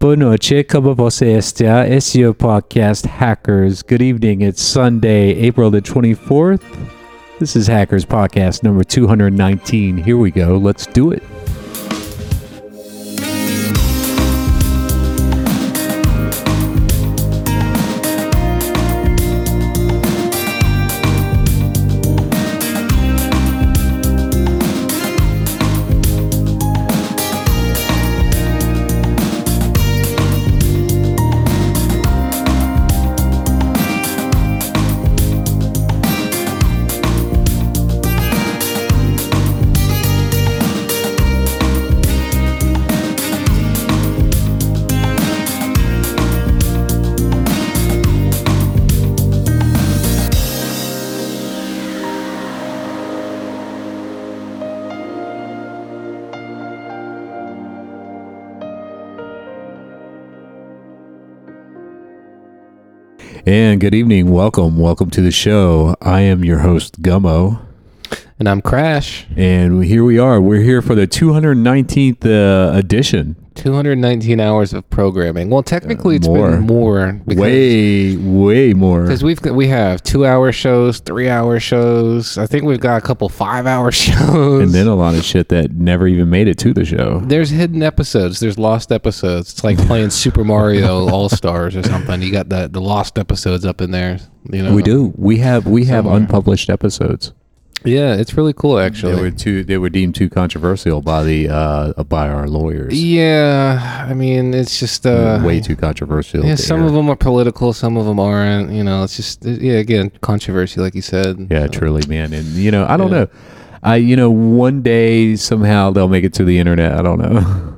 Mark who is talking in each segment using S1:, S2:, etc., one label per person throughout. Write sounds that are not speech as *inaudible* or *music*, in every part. S1: Boa noite, como você está? Esse é E o podcast Hackers. Good evening. It's Sunday, April the 24th. This is Hackers Podcast number 219. Here we go. Let's do it. And good evening. Welcome. Welcome to the show. I am your host, Gummo.
S2: And I'm Crash.
S1: And here we are. We're here for the 219th uh, edition.
S2: 219 hours of programming. Well, technically, it's
S1: Uh, more.
S2: been more because
S1: way, way more.
S2: because we've got- we have two hour shows, three hour shows. I think we've got a couple five hour *laughs* shows.
S1: And then a lot of shit that never even made it to the show.
S2: there's hidden episodes. There's lost episodes. It's like playing Super
S1: *laughs*
S2: Mario All Stars or something. You got the the lost episodes up in there. You know
S1: We do. We have we have
S2: Somewhere.
S1: unpublished episodes.
S2: Yeah, it's really cool actually.
S1: They were too. They were deemed too controversial by the uh, by our lawyers.
S2: yeah, I mean it's just uh,
S1: Way too controversial.
S2: Yeah,
S1: to
S2: some
S1: air.
S2: of them are political, some of them aren't. You know, it's just yeah, again, controversy, like you said.
S1: Yeah, truly, man. And you know, I don't
S2: Yeah.
S1: know. I you know, one day somehow they'll make it to the internet. I don't know.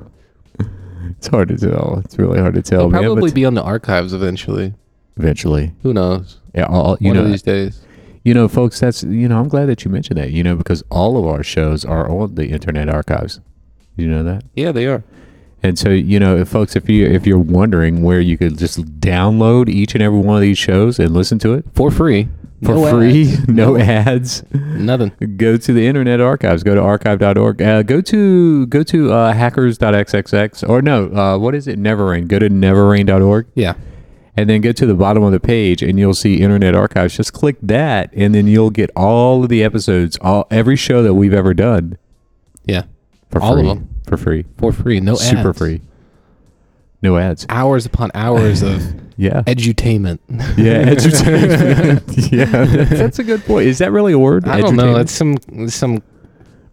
S1: *laughs* it's hard to tell. It's really hard to tell.
S2: It'll
S1: man, but
S2: probably be on the archives eventually.
S1: eventually.
S2: Who knows?
S1: Yeah, all, you
S2: One
S1: know,
S2: of these days.
S1: you know, folks. That's you know, I'm glad that you mentioned that. You know, because all of our shows are on the internet archives. You know that.
S2: Yeah, they are.
S1: And so, you know, if folks, if you if you're wondering where you could just download each and every one of these shows and listen to it
S2: For free.
S1: for
S2: No
S1: free, *laughs*
S2: ads.
S1: no ads,
S2: Nothing.
S1: go to the Internet Archives. Go to archive.org. Uh, go to go to uh, hackers.xxx or no, uh, what is it? Neverrain. Go to neverrain.org
S2: Yeah.
S1: and then go to the bottom of the page and you'll see Internet Archives. Just click that and then you'll get all of the episodes, all every show that we've ever done
S2: Yeah.
S1: for
S2: All of
S1: free.
S2: them.
S1: for free,
S2: For free. No ads.
S1: super free, no ads.
S2: Hours upon
S1: *laughs*
S2: hours of
S1: Yeah.
S2: edutainment.
S1: *laughs* Yeah, edutainment. *laughs* yeah, that's a good point. Is that really a word?
S2: *laughs* I don't know.
S1: Edutainment?
S2: That's some some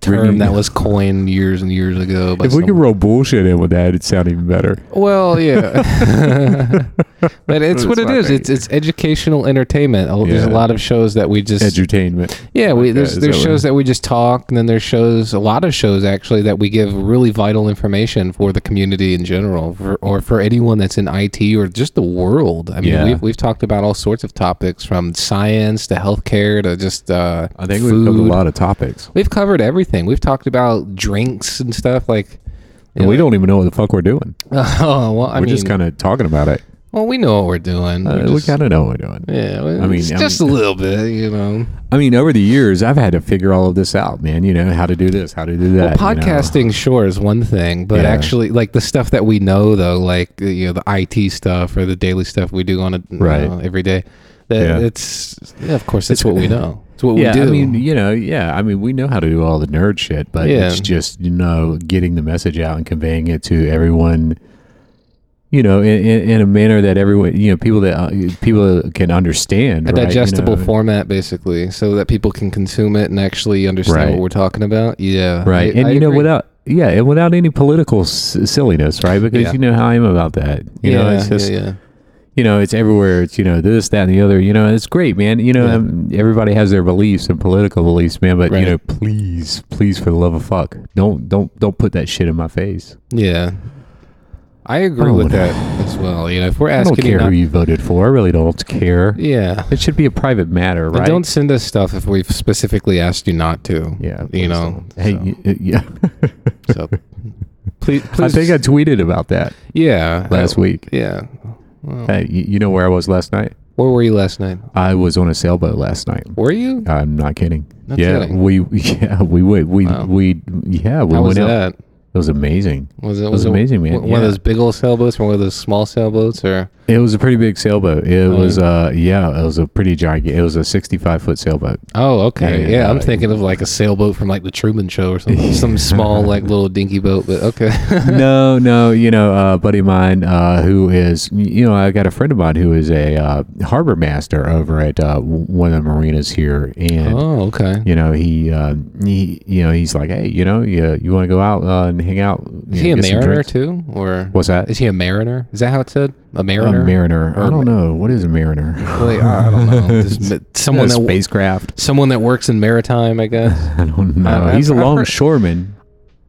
S1: Really?
S2: term that was coined years and years ago. By
S1: if we could
S2: someone.
S1: roll bullshit in with that, it'd sound even better.
S2: *laughs* Well,
S1: *laughs*
S2: yeah, *laughs* but it's what
S1: That's
S2: it
S1: my
S2: is.
S1: thing.
S2: It's it's educational entertainment. Oh, There's a
S1: Yeah.
S2: lot of shows that we just
S1: Edutainment.
S2: yeah. We there's
S1: is
S2: there's
S1: that
S2: shows that we just talk, and then there's shows a lot of shows actually that we give really vital information for the community in general, for, or for anyone that's in IT or just the world. I mean,
S1: Yeah.
S2: we've we've talked about all sorts of topics from science to healthcare to just uh,
S1: I think we've
S2: food.
S1: covered a lot of topics.
S2: We've covered everything. We've talked about drinks and stuff like. *laughs*
S1: And we don't even know what the fuck we're doing.
S2: Oh well, I
S1: we're
S2: mean,
S1: just kind of talking about it.
S2: Well, we know what we're doing.
S1: Uh,
S2: We're
S1: we
S2: just-
S1: kind of know what we're doing.
S2: yeah,
S1: I mean,
S2: it's
S1: I
S2: just a little bit, you know.
S1: I mean, over the years, I've had to figure all of this out, man. You know, how to do this, how to do that.
S2: well, podcasting sure is one thing, but
S1: Yeah.
S2: actually, like the stuff that we know though, like the, you know the IT stuff or the daily stuff we do on a you
S1: Right.
S2: know, every day, that
S1: Yeah.
S2: it's yeah, of course it's
S1: *laughs*
S2: what we know. It's what
S1: Yeah,
S2: we do.
S1: I mean, you know, yeah, I mean, we know how to do all the nerd shit, but
S2: Yeah.
S1: it's just you know getting the message out and conveying it to everyone, you know, in, in, in a manner that everyone, you know, people that uh, people can understand,
S2: a
S1: right, you
S2: digestible
S1: know?
S2: format basically, so that people can consume it and actually understand
S1: Right.
S2: what we're talking about. Yeah,
S1: right?
S2: I-
S1: and
S2: I
S1: you know,
S2: agree.
S1: without yeah, and without any political s- silliness, right? Because
S2: Yeah.
S1: you know how I am about that. You
S2: yeah,
S1: know, it's just
S2: yeah, yeah.
S1: you know, it's everywhere. It's you know this, that, and the other. You know, it's great, man. You know,
S2: Yeah.
S1: um, everybody has their beliefs and political beliefs, man. But you
S2: Right.
S1: know, please, please, for the love of fuck, don't, don't, don't put that shit in my face.
S2: Yeah. I agree
S1: don't
S2: with
S1: wanna-
S2: that as well. You know, if we're
S1: I
S2: asking
S1: don't
S2: you
S1: care
S2: not-
S1: who you voted for. I really don't care.
S2: yeah,
S1: It should be a private matter,
S2: And
S1: right?
S2: Don't send us stuff if we've specifically asked you not to.
S1: Yeah, please
S2: you know.
S1: don't. Hey, y- y- yeah. *laughs*
S2: so, so please,
S1: I
S2: please.
S1: think I tweeted about that
S2: yeah.
S1: last
S2: I-
S1: week.
S2: Yeah. Well,
S1: Hey, y- you know where I was last night?
S2: Where were you last night?
S1: I was on a sailboat last night.
S2: Were you?
S1: Uh, I'm not kidding.
S2: No
S1: yeah,
S2: kidding.
S1: we *laughs* yeah we went we
S2: Wow.
S1: we yeah we
S2: How
S1: went
S2: was
S1: out.
S2: that?
S1: It was amazing.
S2: Was it,
S1: was amazing, man.
S2: One of
S1: Yeah.
S2: those big old sailboats or one of those small sailboats or
S1: It was a pretty big sailboat. It
S2: Oh,
S1: was, uh, yeah, it was a pretty giant. It was a 65 foot sailboat.
S2: Oh, okay.
S1: Yeah,
S2: Yeah, I'm
S1: uh,
S2: thinking of like a sailboat from like the Truman Show
S1: *laughs*
S2: or something. Some small like little dinky boat, but okay.
S1: *laughs*
S2: *laughs*
S1: no, no, you know, uh, a buddy of mine uh, who is, you know, I got a friend of mine who is a uh, harbor master over at uh, w- one of the marinas here, and
S2: oh, okay.
S1: you know he, uh, he, you know, he's like, hey, you know, you, you want to go out uh, and hang out? you know,
S2: Is he a
S1: get some
S2: mariner
S1: drinks?"
S2: too, or
S1: What's that?
S2: is he a mariner? Is that how it said? A
S1: A
S2: mariner.
S1: mariner.
S2: Or-
S1: I don't know. What is a mariner?
S2: Like, I don't
S1: *laughs*
S2: know. Just ma- someone
S1: A
S2: that w-
S1: spacecraft. *laughs*
S2: someone that works in maritime, I guess.
S1: I don't know.
S2: I've-
S1: he's a
S2: I've heard-
S1: longshoreman.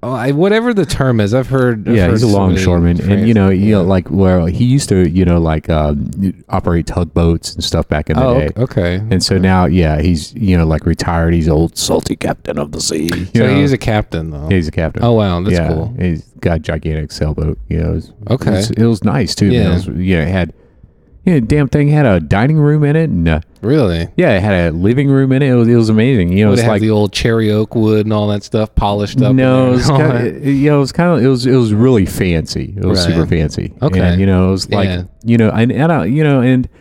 S2: Oh, I, whatever the term is, I've heard. I've
S1: yeah,
S2: heard
S1: he's a
S2: so many
S1: longshoreman, and you know,
S2: phrases.
S1: you know,
S2: Yeah.
S1: like well, he used to, you know, like um, operate tugboats and stuff back in the
S2: Oh,
S1: day.
S2: okay. okay.
S1: And so now, yeah, he's you know like retired. He's old salty captain of the sea.
S2: So
S1: you know?
S2: he's a captain though.
S1: Yeah, he's a captain.
S2: oh wow, that's
S1: yeah,
S2: cool.
S1: He's got a gigantic sailboat. You know, it was,
S2: Okay.
S1: it was, it was nice too.
S2: Yeah.
S1: Yeah, it was, yeah, it had yeah, the damn thing had a dining room in it, and uh,
S2: Really.
S1: yeah, it had a living room in it. It was, it was amazing. You know,
S2: Would it
S1: it's
S2: have
S1: like
S2: the old cherry oak wood and all that stuff polished up? in there
S1: no, it
S2: and *laughs*
S1: was
S2: all
S1: kind
S2: that?
S1: of, you know, it was kind of it was it was really fancy. It was
S2: Right.
S1: super fancy.
S2: Okay.
S1: and, you know, it was like
S2: Yeah.
S1: you know, and and I, you know, and *sighs*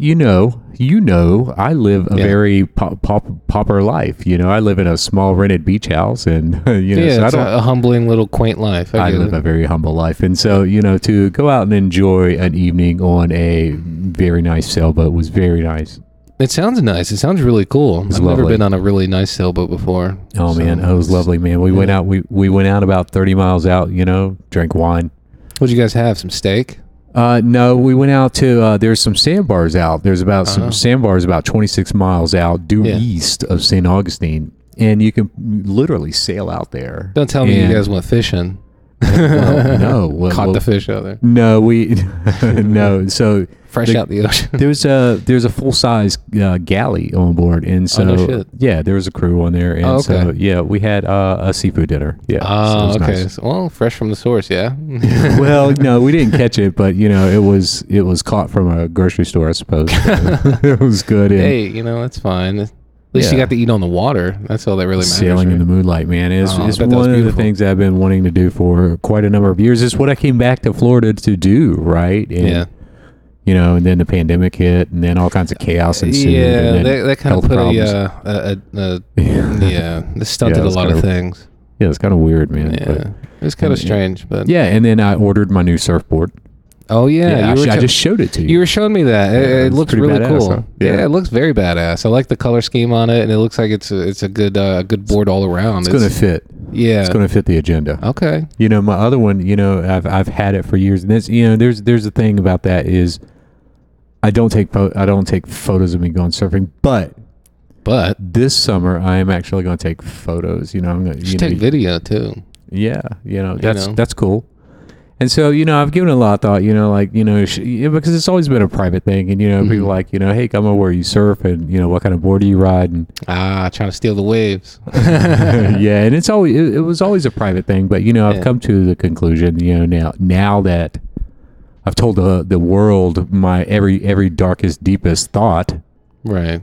S1: you know, you know, I live a
S2: Yeah.
S1: very pop, pop, pauper life. You know, I live in a small rented beach house, and *laughs* you know,
S2: yeah,
S1: so I
S2: it's
S1: don't.
S2: a, a humbling little quaint life. I,
S1: I
S2: get
S1: live
S2: it.
S1: a very humble life, and so you know, to go out and enjoy an evening on a very nice sailboat was very nice.
S2: It sounds nice. It sounds really cool.
S1: It's
S2: I've never
S1: lovely.
S2: been on a really nice sailboat before.
S1: Oh
S2: so-
S1: man, it was lovely, man. We went out, we we went out about thirty miles out. You know, drank wine.
S2: What'd you guys have? Some steak?
S1: Uh, no, we went out to uh, there's some sandbars out. There's about
S2: Oh.
S1: some sandbars about 26 miles out due
S2: Yeah.
S1: east of St. Augustine, and you can literally sail out there.
S2: Don't tell me
S1: And-
S2: you guys went fishing. *laughs*
S1: Well, no, well,
S2: Caught
S1: well,
S2: the fish out there,
S1: no,
S2: *laughs*
S1: we *laughs* no. So
S2: fresh
S1: the-
S2: out the *laughs* ocean.
S1: there's a there's a full size uh, galley on board, and so
S2: Oh, no shit.
S1: yeah, there was a crew on there, and
S2: Oh,
S1: so
S2: okay.
S1: yeah, we had uh, a seafood dinner. Yeah, so it
S2: Ah,
S1: was
S2: okay.
S1: nice.
S2: So, well, fresh from the source, yeah.
S1: *laughs* well, no, we didn't catch it, but you know, it was it was caught from a grocery store, I suppose. *laughs* it was good. And
S2: *laughs* hey, you know that's fine. At least you
S1: Yeah.
S2: got to eat on the water. That's all that really matters.
S1: Sailing in the
S2: right?
S1: moonlight, man, is
S2: Oh, I
S1: is
S2: bet that was
S1: one of the
S2: beautiful.
S1: things I've been wanting to do for quite a number of years. It's what I came back to Florida to do, right? And,
S2: yeah.
S1: You know, and then the pandemic hit, and then all kinds of chaos ensued. and
S2: Yeah,
S1: then-
S2: that, that kind of
S1: health
S2: put a,
S1: problems.
S2: uh, a, a, a
S1: yeah, *laughs*
S2: yeah, this stunted
S1: Yeah,
S2: a
S1: it's
S2: lot of
S1: kinda-
S2: things.
S1: *laughs* yeah, it's kind of weird, man.
S2: Yeah,
S1: but-
S2: it's kind of
S1: Yeah.
S2: strange, but
S1: yeah, and then I ordered my new surfboard.
S2: Oh
S1: I
S2: yeah, you, were
S1: sh- I
S2: t-
S1: just showed it to you.
S2: you were showing me that. It,
S1: Yeah,
S2: it
S1: it's
S2: looks
S1: pretty
S2: really
S1: badass,
S2: cool.
S1: huh?
S2: Yeah.
S1: Yeah.
S2: it looks very badass. I like the color scheme on it, and it looks like it's a, it's a good uh, good board all around.
S1: it's gonna fit.
S2: yeah.
S1: It's gonna fit the agenda.
S2: okay.
S1: You know, my other one, you know, I've I've had it for years. And this, you know, there's there's the thing about that is, I don't take pho- I don't take photos of me going surfing, but
S2: But
S1: this summer I am actually going to take photos. You know, I'm going to
S2: you should take video too.
S1: yeah, you know,
S2: You
S1: that's
S2: know.
S1: that's cool. And so, you know, I've given it a lot of thought, you know, like, you know, sh- yeah, because it's always been a private thing. And, you know,
S2: Mhm.
S1: people like, you know, hey, come over where you surf and, you know, what kind of board do you ride?
S2: *laughs*
S1: And
S2: Ah, trying to steal
S1: *laughs*
S2: the waves.
S1: yeah, and it's always it, it was always a private thing, but you know I've
S2: Yeah.
S1: come to the conclusion, you know now now that I've told the the world my every every darkest deepest thought,
S2: right.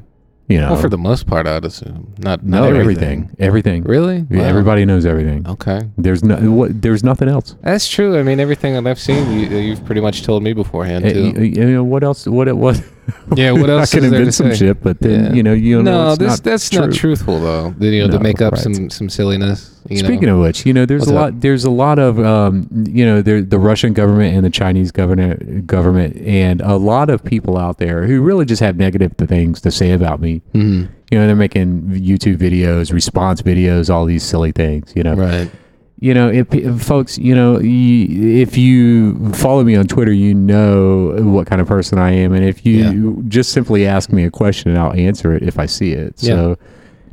S1: you know,
S2: Well, for the most part, I'd assume not.
S1: no
S2: not
S1: everything, everything,
S2: Really?
S1: Yeah,
S2: Wow.
S1: everybody knows everything.
S2: Okay.
S1: There's no what, there's nothing else.
S2: That's true. I mean, everything that I've seen, you, you've pretty much told me beforehand
S1: Eh,
S2: too.
S1: you, you know what else? What it was?
S2: *laughs* Yeah, what
S1: *laughs*
S2: else
S1: I can
S2: is there to
S1: invent some
S2: say?
S1: shit, but then
S2: Yeah.
S1: you know you don't know.
S2: no,
S1: it's
S2: this
S1: not
S2: that's not
S1: true.
S2: truthful though. You know, to
S1: No,
S2: make up
S1: right.
S2: some some silliness. You
S1: Speaking
S2: know?
S1: of which, you know, there's
S2: What's
S1: a
S2: up?
S1: lot. There's a lot of, um, you know, there, the Russian government and the Chinese government, government, and a lot of people out there who really just have negative things to say about me.
S2: Mhm.
S1: You know, they're making YouTube videos, response videos, all these silly things. You know,
S2: right,
S1: you know, if, if folks, you know, you, if you follow me on Twitter, you know what kind of person I am, and if you just simply ask me a question, I'll answer it if I see it.
S2: Yeah.
S1: So,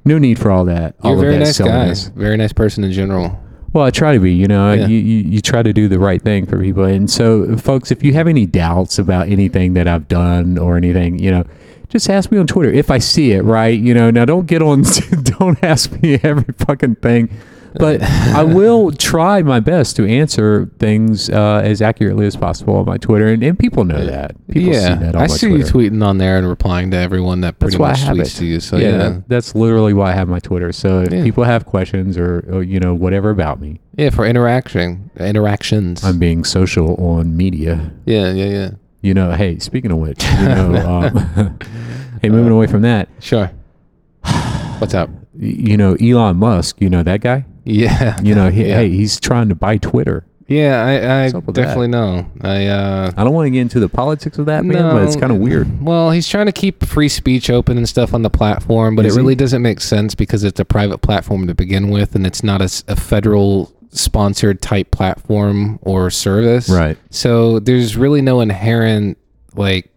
S1: no need for all that. all
S2: you're a
S1: of
S2: very
S1: that
S2: nice guy,
S1: silliness.
S2: very nice person in general.
S1: Well, I try to be, you know,
S2: Yeah.
S1: you, you, you try to do the right thing for people. And so, folks, if you have any doubts about anything that I've done or anything, you know, just ask me on *laughs* Twitter if I see it, right? You know, now don't get on, don't ask me every fucking thing But I will try my best to answer things uh, as accurately as possible on my Twitter, and, and people know that. People
S2: yeah,
S1: see that on
S2: I
S1: my
S2: see
S1: Twitter.
S2: you tweeting on there and replying to everyone that pretty
S1: That's why I have
S2: much tweets
S1: it.
S2: to you. So
S1: yeah,
S2: yeah, yeah,
S1: that- that's literally why I have my Twitter. So if
S2: Yeah.
S1: people have questions or, or you know whatever about me,
S2: for interaction, interactions.
S1: I'm being social on media.
S2: yeah, yeah, yeah.
S1: You know, hey, speaking of which, you
S2: *laughs*
S1: know, um, *laughs* hey, moving away from that, *sighs*
S2: Sure. What's up?
S1: y- you know, Elon Musk, you know that guy.
S2: Yeah,
S1: You know, he,
S2: Yeah.
S1: hey, he's trying to buy Twitter.
S2: yeah. I, I
S1: What's up with that?
S2: definitely know. I uh,
S1: I don't want to get into the politics of that, man, but it's
S2: No.
S1: kind of weird.
S2: Well, he's trying to keep free speech open and stuff on the platform, but
S1: Is
S2: it
S1: he?
S2: really doesn't make sense because it's a private platform to begin with, and it's not a, s- a federal sponsored type platform or service.
S1: Right.
S2: So there's really no inherent like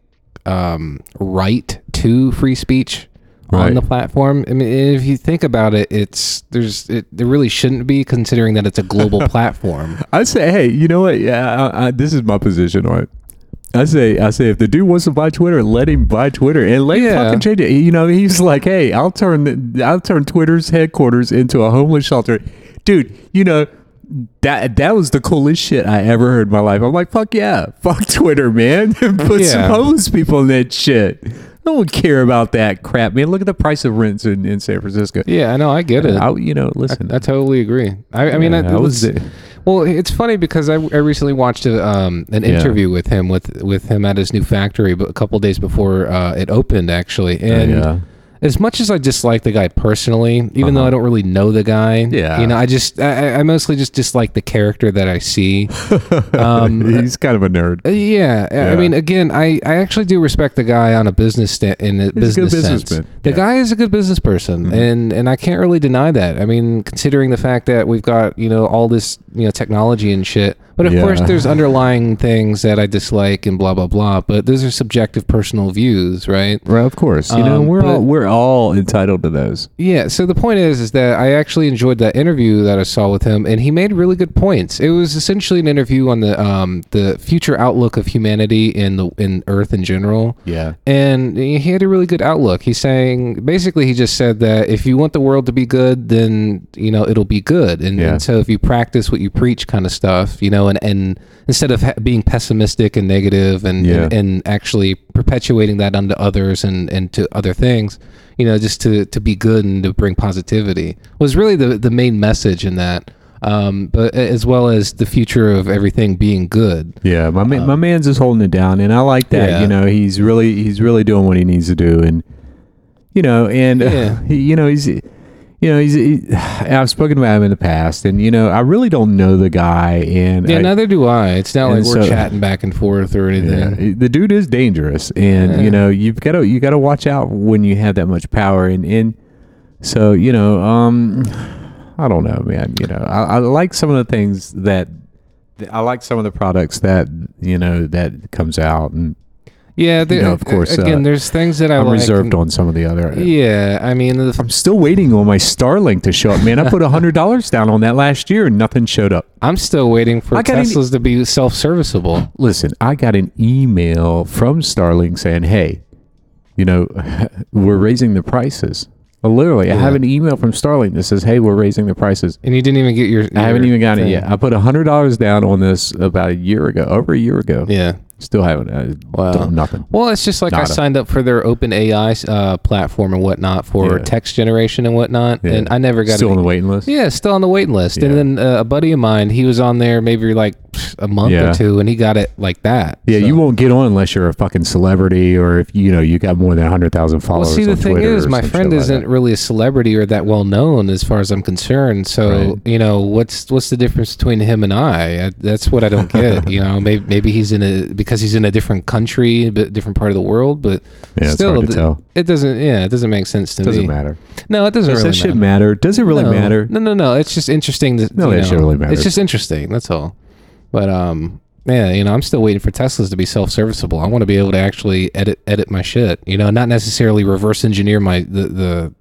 S2: um, right to free speech
S1: Right.
S2: on the platform. I mean, if you think about it, it's there's it, there really shouldn't be considering that it's a *laughs* global platform.
S1: I say, hey, you know what? Yeah, I, I, this is my position on it. I say, I say, if the dude wants to buy Twitter, let him buy Twitter and let him
S2: Yeah.
S1: fucking change it. You know, he's like, hey, I'll turn, the, I'll turn Twitter's headquarters into a homeless shelter, dude. You know. That that was the coolest shit I ever heard in my life. I'm like, fuck yeah, fuck Twitter, man. *laughs* Put some
S2: Yeah.
S1: homeless people in that shit. No one care about that crap, man. Look at the price of rents in, in San Francisco.
S2: Yeah, I know. I get it.
S1: I, you know, listen,
S2: I totally agree. I, I mean,
S1: Yeah,
S2: I,
S1: I was
S2: was.
S1: there.
S2: Well, it's funny because I, I recently watched a, um, an
S1: Yeah.
S2: interview with him with with him at his new factory, but a couple days before uh, it opened, actually. And
S1: Oh, yeah.
S2: as much as I dislike the guy personally, even though
S1: Uh-huh.
S2: I don't really know the guy,
S1: Yeah.
S2: you know, I just I, I- I mostly just dislike the character that I
S1: *sighs*
S2: see. um,
S1: *laughs* he's kind of a nerd.
S2: uh, Yeah, I-
S1: Yeah.
S2: I mean, again, I, I actually do respect the guy on a business sta- in a
S1: a good
S2: business sense.
S1: businessman,
S2: The
S1: yeah. Mm-hmm.
S2: guy is a good business person, and and I can't really deny that. I mean, considering the fact that we've got you know all this you know technology and shit, but of course
S1: Yeah. *laughs*
S2: there's underlying things that I dislike and blah blah blah. But those are subjective personal views, right?
S1: Well, of course, you know
S2: Um,
S1: we're
S2: but-
S1: all we're all entitled to those.
S2: Yeah, so the point is is that I actually enjoyed that interview that I saw with him and he made really good points. It was essentially an interview on the um the future outlook of humanity and the in earth in general.
S1: Yeah,
S2: And he had a really good outlook. He's saying basically he just said that if you want the world to be good, then you know it'll be good. And,
S1: Yeah.
S2: and so if you practice what you preach, kind of stuff, you know, and, and instead of ha- being pessimistic and negative and,
S1: Yeah.
S2: and and actually perpetuating that onto others and and to other things, you know, just to to be good and to bring positivity was really the the main message in that. Um, but a- as well as the future of everything being good.
S1: yeah. My man, my man's just holding it down, and I like that.
S2: Yeah.
S1: You know, he's really he's really doing what he needs to do, and you know, and
S2: Yeah.
S1: *laughs* he, you know he's. You know, he's. He, *sighs* I've spoken about him in the past, and you know, I really don't know the guy, and
S2: Yeah,
S1: I-
S2: neither do I. It's not like
S1: and
S2: we're
S1: so-
S2: chatting back and forth
S1: *laughs*
S2: or
S1: Yeah,
S2: anything.
S1: the dude is dangerous, and
S2: Yeah.
S1: you know you've got to you got to watch out when you have that much power, and and so you know, um, I don't know, man. You know, I, I like some of the things that th- I like some of the products that you know that comes out, and
S2: Yeah, there,
S1: know, of course,
S2: Again,
S1: uh,
S2: there's things that I
S1: I'm
S2: like
S1: reserved
S2: and-
S1: on some of the other.
S2: Yeah, I mean, the,
S1: I'm still waiting on my Starlink to show up, man. I put a hundred dollars down on that last year, and nothing showed up.
S2: I'm still waiting for
S1: I got any-
S2: Teslas to be self-serviceable.
S1: listen, I got an email from Starlink saying, hey, you know, *laughs* we're raising the prices. Uh, Literally, I have an email from Starlink that says, hey, we're raising the prices.
S2: And you didn't even get your.
S1: I haven't even gotten it yet. I put $100 down on this about a year ago, over a year ago.
S2: Yeah.
S1: Still haven't. Uh,
S2: Wow.
S1: don't- nothing.
S2: Well, it's just like I
S1: Nada.
S2: signed up for their open AI uh, platform and whatnot for
S1: Yeah.
S2: text generation and whatnot,
S1: Yeah.
S2: and I never got
S1: Still
S2: it.
S1: on the waiting list.
S2: Yeah, still on the wait list.
S1: Yeah.
S2: And then uh, a buddy of mine, he was on there maybe like a month
S1: Yeah.
S2: or two, and he got it like that.
S1: Yeah,
S2: So-
S1: you won't get on unless you're a fucking celebrity or if you know you got more than 100,000
S2: Well,
S1: followers.
S2: see, the
S1: on
S2: thing
S1: Twitter
S2: is,
S1: or
S2: my
S1: some
S2: friend
S1: shit like
S2: isn't
S1: that.
S2: really a celebrity or that well known, as far as I'm concerned. So,
S1: Right.
S2: you know, what's what's the difference between him and I? I that's what I
S1: *laughs*
S2: don't get. you know, maybe maybe he's in a because he's in a different country, a bit different part of the world, but
S1: Yeah, it's
S2: still,
S1: hard to
S2: th-
S1: tell.
S2: it doesn't. Yeah, it doesn't make sense to
S1: Doesn't
S2: me.
S1: matter.
S2: No, it doesn't
S1: Does
S2: really
S1: that shit
S2: matter.
S1: matter? Does it really
S2: no.
S1: matter?
S2: No, no, no. It's just interesting. To,
S1: No,
S2: you
S1: that
S2: know,
S1: shit really matters.
S2: It's just interesting. That's all. But um, yeah, you know, I'm still waiting for Teslas to be self-serviceable. I want to be able to actually edit edit my shit. You know, not necessarily reverse engineer my the the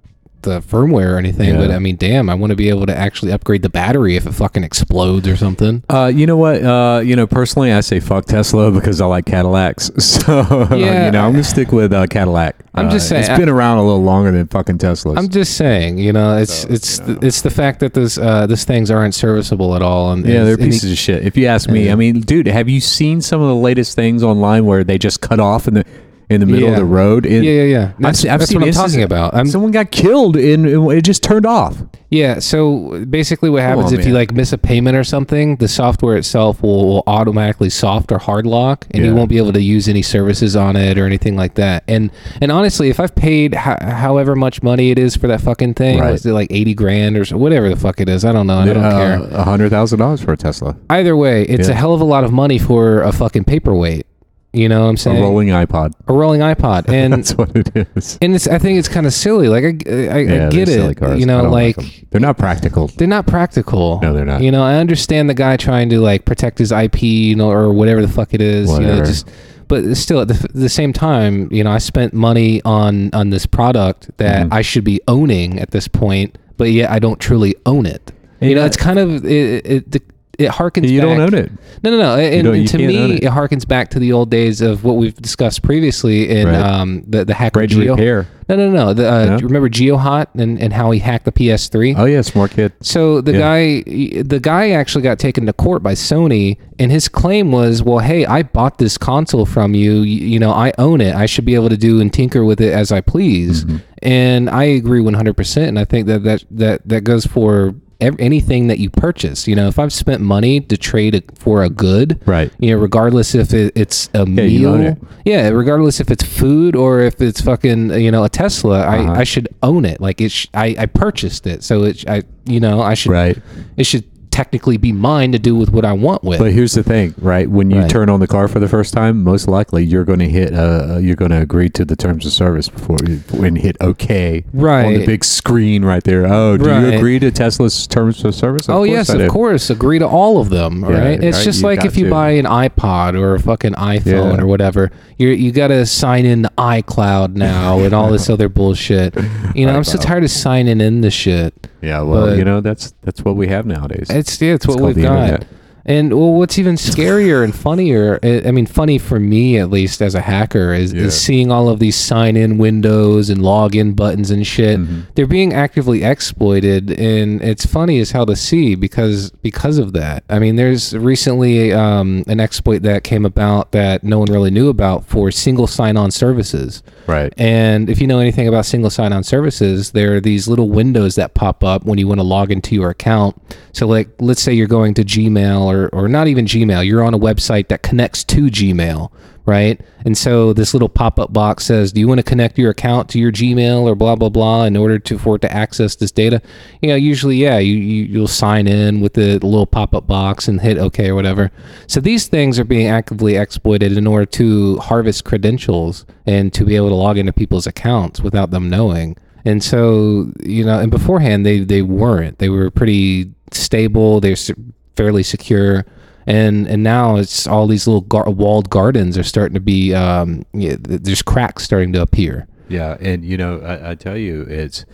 S2: the firmware or anything,
S1: Yeah.
S2: but I mean, damn, I want to be able to actually upgrade the battery if it fucking explodes or something.
S1: Uh, you know what? Uh, you know, personally, I say fuck Tesla because I like Cadillacs. *laughs* So,
S2: Yeah.
S1: you know, I'm going to stick with uh, Cadillac.
S2: I'm
S1: Uh,
S2: just saying-
S1: It's been around a little longer than fucking Teslas.
S2: I'm just saying, you know, it's it's th- it's the fact that this uh, these things aren't serviceable at all, and
S1: yeah,
S2: and-
S1: they're
S2: and
S1: pieces of shit. If you ask me, I mean, dude, have you seen some of the latest things online where they just cut off in the in the middle
S2: Yeah.
S1: of the road? It-
S2: Yeah, yeah, yeah.
S1: I've
S2: That's,
S1: se- I've
S2: that's
S1: seen
S2: what I'm
S1: instances-
S2: talking about. I'm,
S1: Someone got killed and it just turned off.
S2: yeah. So basically, what happens
S1: on,
S2: if you
S1: man.
S2: like miss a payment or something, the software itself will, will automatically soft or hard lock, and you
S1: Yeah.
S2: won't be able to use any services on it or anything like that. And and honestly, if I've paid ho- however much money it is for that fucking thing,
S1: Right.
S2: was it like eighty grand or so, whatever the fuck it is? I don't know. and I don't care.
S1: Uh, A hundred thousand dollars for a Tesla,
S2: Either way, it's a
S1: Yeah.
S2: hell of a lot of money for a fucking paperweight. You know what I'm saying?
S1: a rolling iPod. *laughs*
S2: a rolling iPod, and
S1: That's what it is.
S2: and it's I think it's kind of silly. Like I I, I
S1: Yeah,
S2: get
S1: they're silly
S2: it.
S1: cars. I
S2: You know,
S1: don't
S2: like.
S1: them. they're not practical.
S2: They're not practical.
S1: No, they're not.
S2: You know, I understand the guy trying to like protect his IP, you know, or whatever the fuck it is. You know,
S1: Whatever.
S2: just but still at the, the same time, you know, I spent money on on this product that
S1: Mm-hmm.
S2: I should be owning at this point, but yet I don't truly own it. you
S1: And
S2: know,
S1: I-
S2: it's kind of it. It, it, it harkens.
S1: You don't
S2: back-
S1: own it.
S2: No, no, no. And,
S1: don't-
S2: and
S1: you
S2: to
S1: can't own
S2: me,
S1: it.
S2: it. harkens back to the old days of what we've discussed previously in
S1: Right.
S2: um, the the hacker
S1: Ready to
S2: Geo.
S1: repair.
S2: No, no, no. The, uh,
S1: No?
S2: do you Remember GeoHot and and how he hacked the PS3.
S1: Oh yeah, smart kid.
S2: So the guy, the guy actually got taken to court by Sony, and his claim was, "Well, hey, I bought this console from you. You, you know, I own it. I should be able to do and tinker with it as I please."
S1: Mm-hmm.
S2: And I agree 100, percent and I think that that that that goes for ev- anything that you purchase. You know, if I've spent money to trade a, for a good,
S1: Right.
S2: You know, regardless if it, it's a
S1: you
S2: meal,
S1: own it.
S2: yeah, regardless if it's food or if it's fucking you know a Tesla,
S1: Uh-huh.
S2: I, I should own it. Like it, sh- I I purchased it, so it sh- I you know I should
S1: Right.
S2: it should technically be mine to do with what I want with.
S1: But here's the thing, right? When you
S2: Right.
S1: turn on the car for the first time, most likely you're going to hit. Uh, you're going to agree to the terms of service before you and hit OK. On
S2: Right.
S1: the big screen right there. Oh, do
S2: Right.
S1: you agree to Tesla's terms of service? Of
S2: oh
S1: course
S2: yes,
S1: I
S2: of
S1: do.
S2: course, agree to all of them. right? It's
S1: right,
S2: just
S1: you
S2: like
S1: got
S2: if you
S1: to.
S2: buy an iPod or a fucking iPhone
S1: Yeah.
S2: or whatever, you you got to sign in to iCloud now and all
S1: *laughs*
S2: this other bullshit. You know, I'm so
S1: iCloud.
S2: tired of signing in this shit.
S1: Yeah. Well,
S2: But-
S1: you know that's that's what we have nowadays.
S2: It's yeah, it's, what
S1: called
S2: we've
S1: the
S2: got.
S1: internet.
S2: And well, what's even scarier and funnier, I I mean, funny for me at least as a hacker, is,
S1: Yeah.
S2: is seeing all of these sign in windows and login buttons and shit.
S1: Mm-hmm.
S2: They're being actively exploited, and it's funny as hell to see because because of that. I mean, there's recently um, an exploit that came about that no one really knew about for single sign on services.
S1: right.
S2: And if you know anything about single sign-on services, there are these little windows that pop up when you want to log into your account. So like let's say you're going to Gmail or or not even Gmail, you're on a website that connects to Gmail, right? And so this little pop-up box says, "Do you want to connect your account to your Gmail or blah blah blah in order to for it to access this data?" You know, usually yeah, you, you you'll sign in with the little pop-up box and hit okay or whatever. So these things are being actively exploited in order to harvest credentials and to be able to log into people's accounts without them knowing. And so, you know, and beforehand they they weren't. They were pretty stable. They're se- fairly secure. And and now it's all these little gar- walled gardens are starting to be um yeah, th- there's cracks starting to appear.
S1: Yeah, and you know, I, I tell you, it's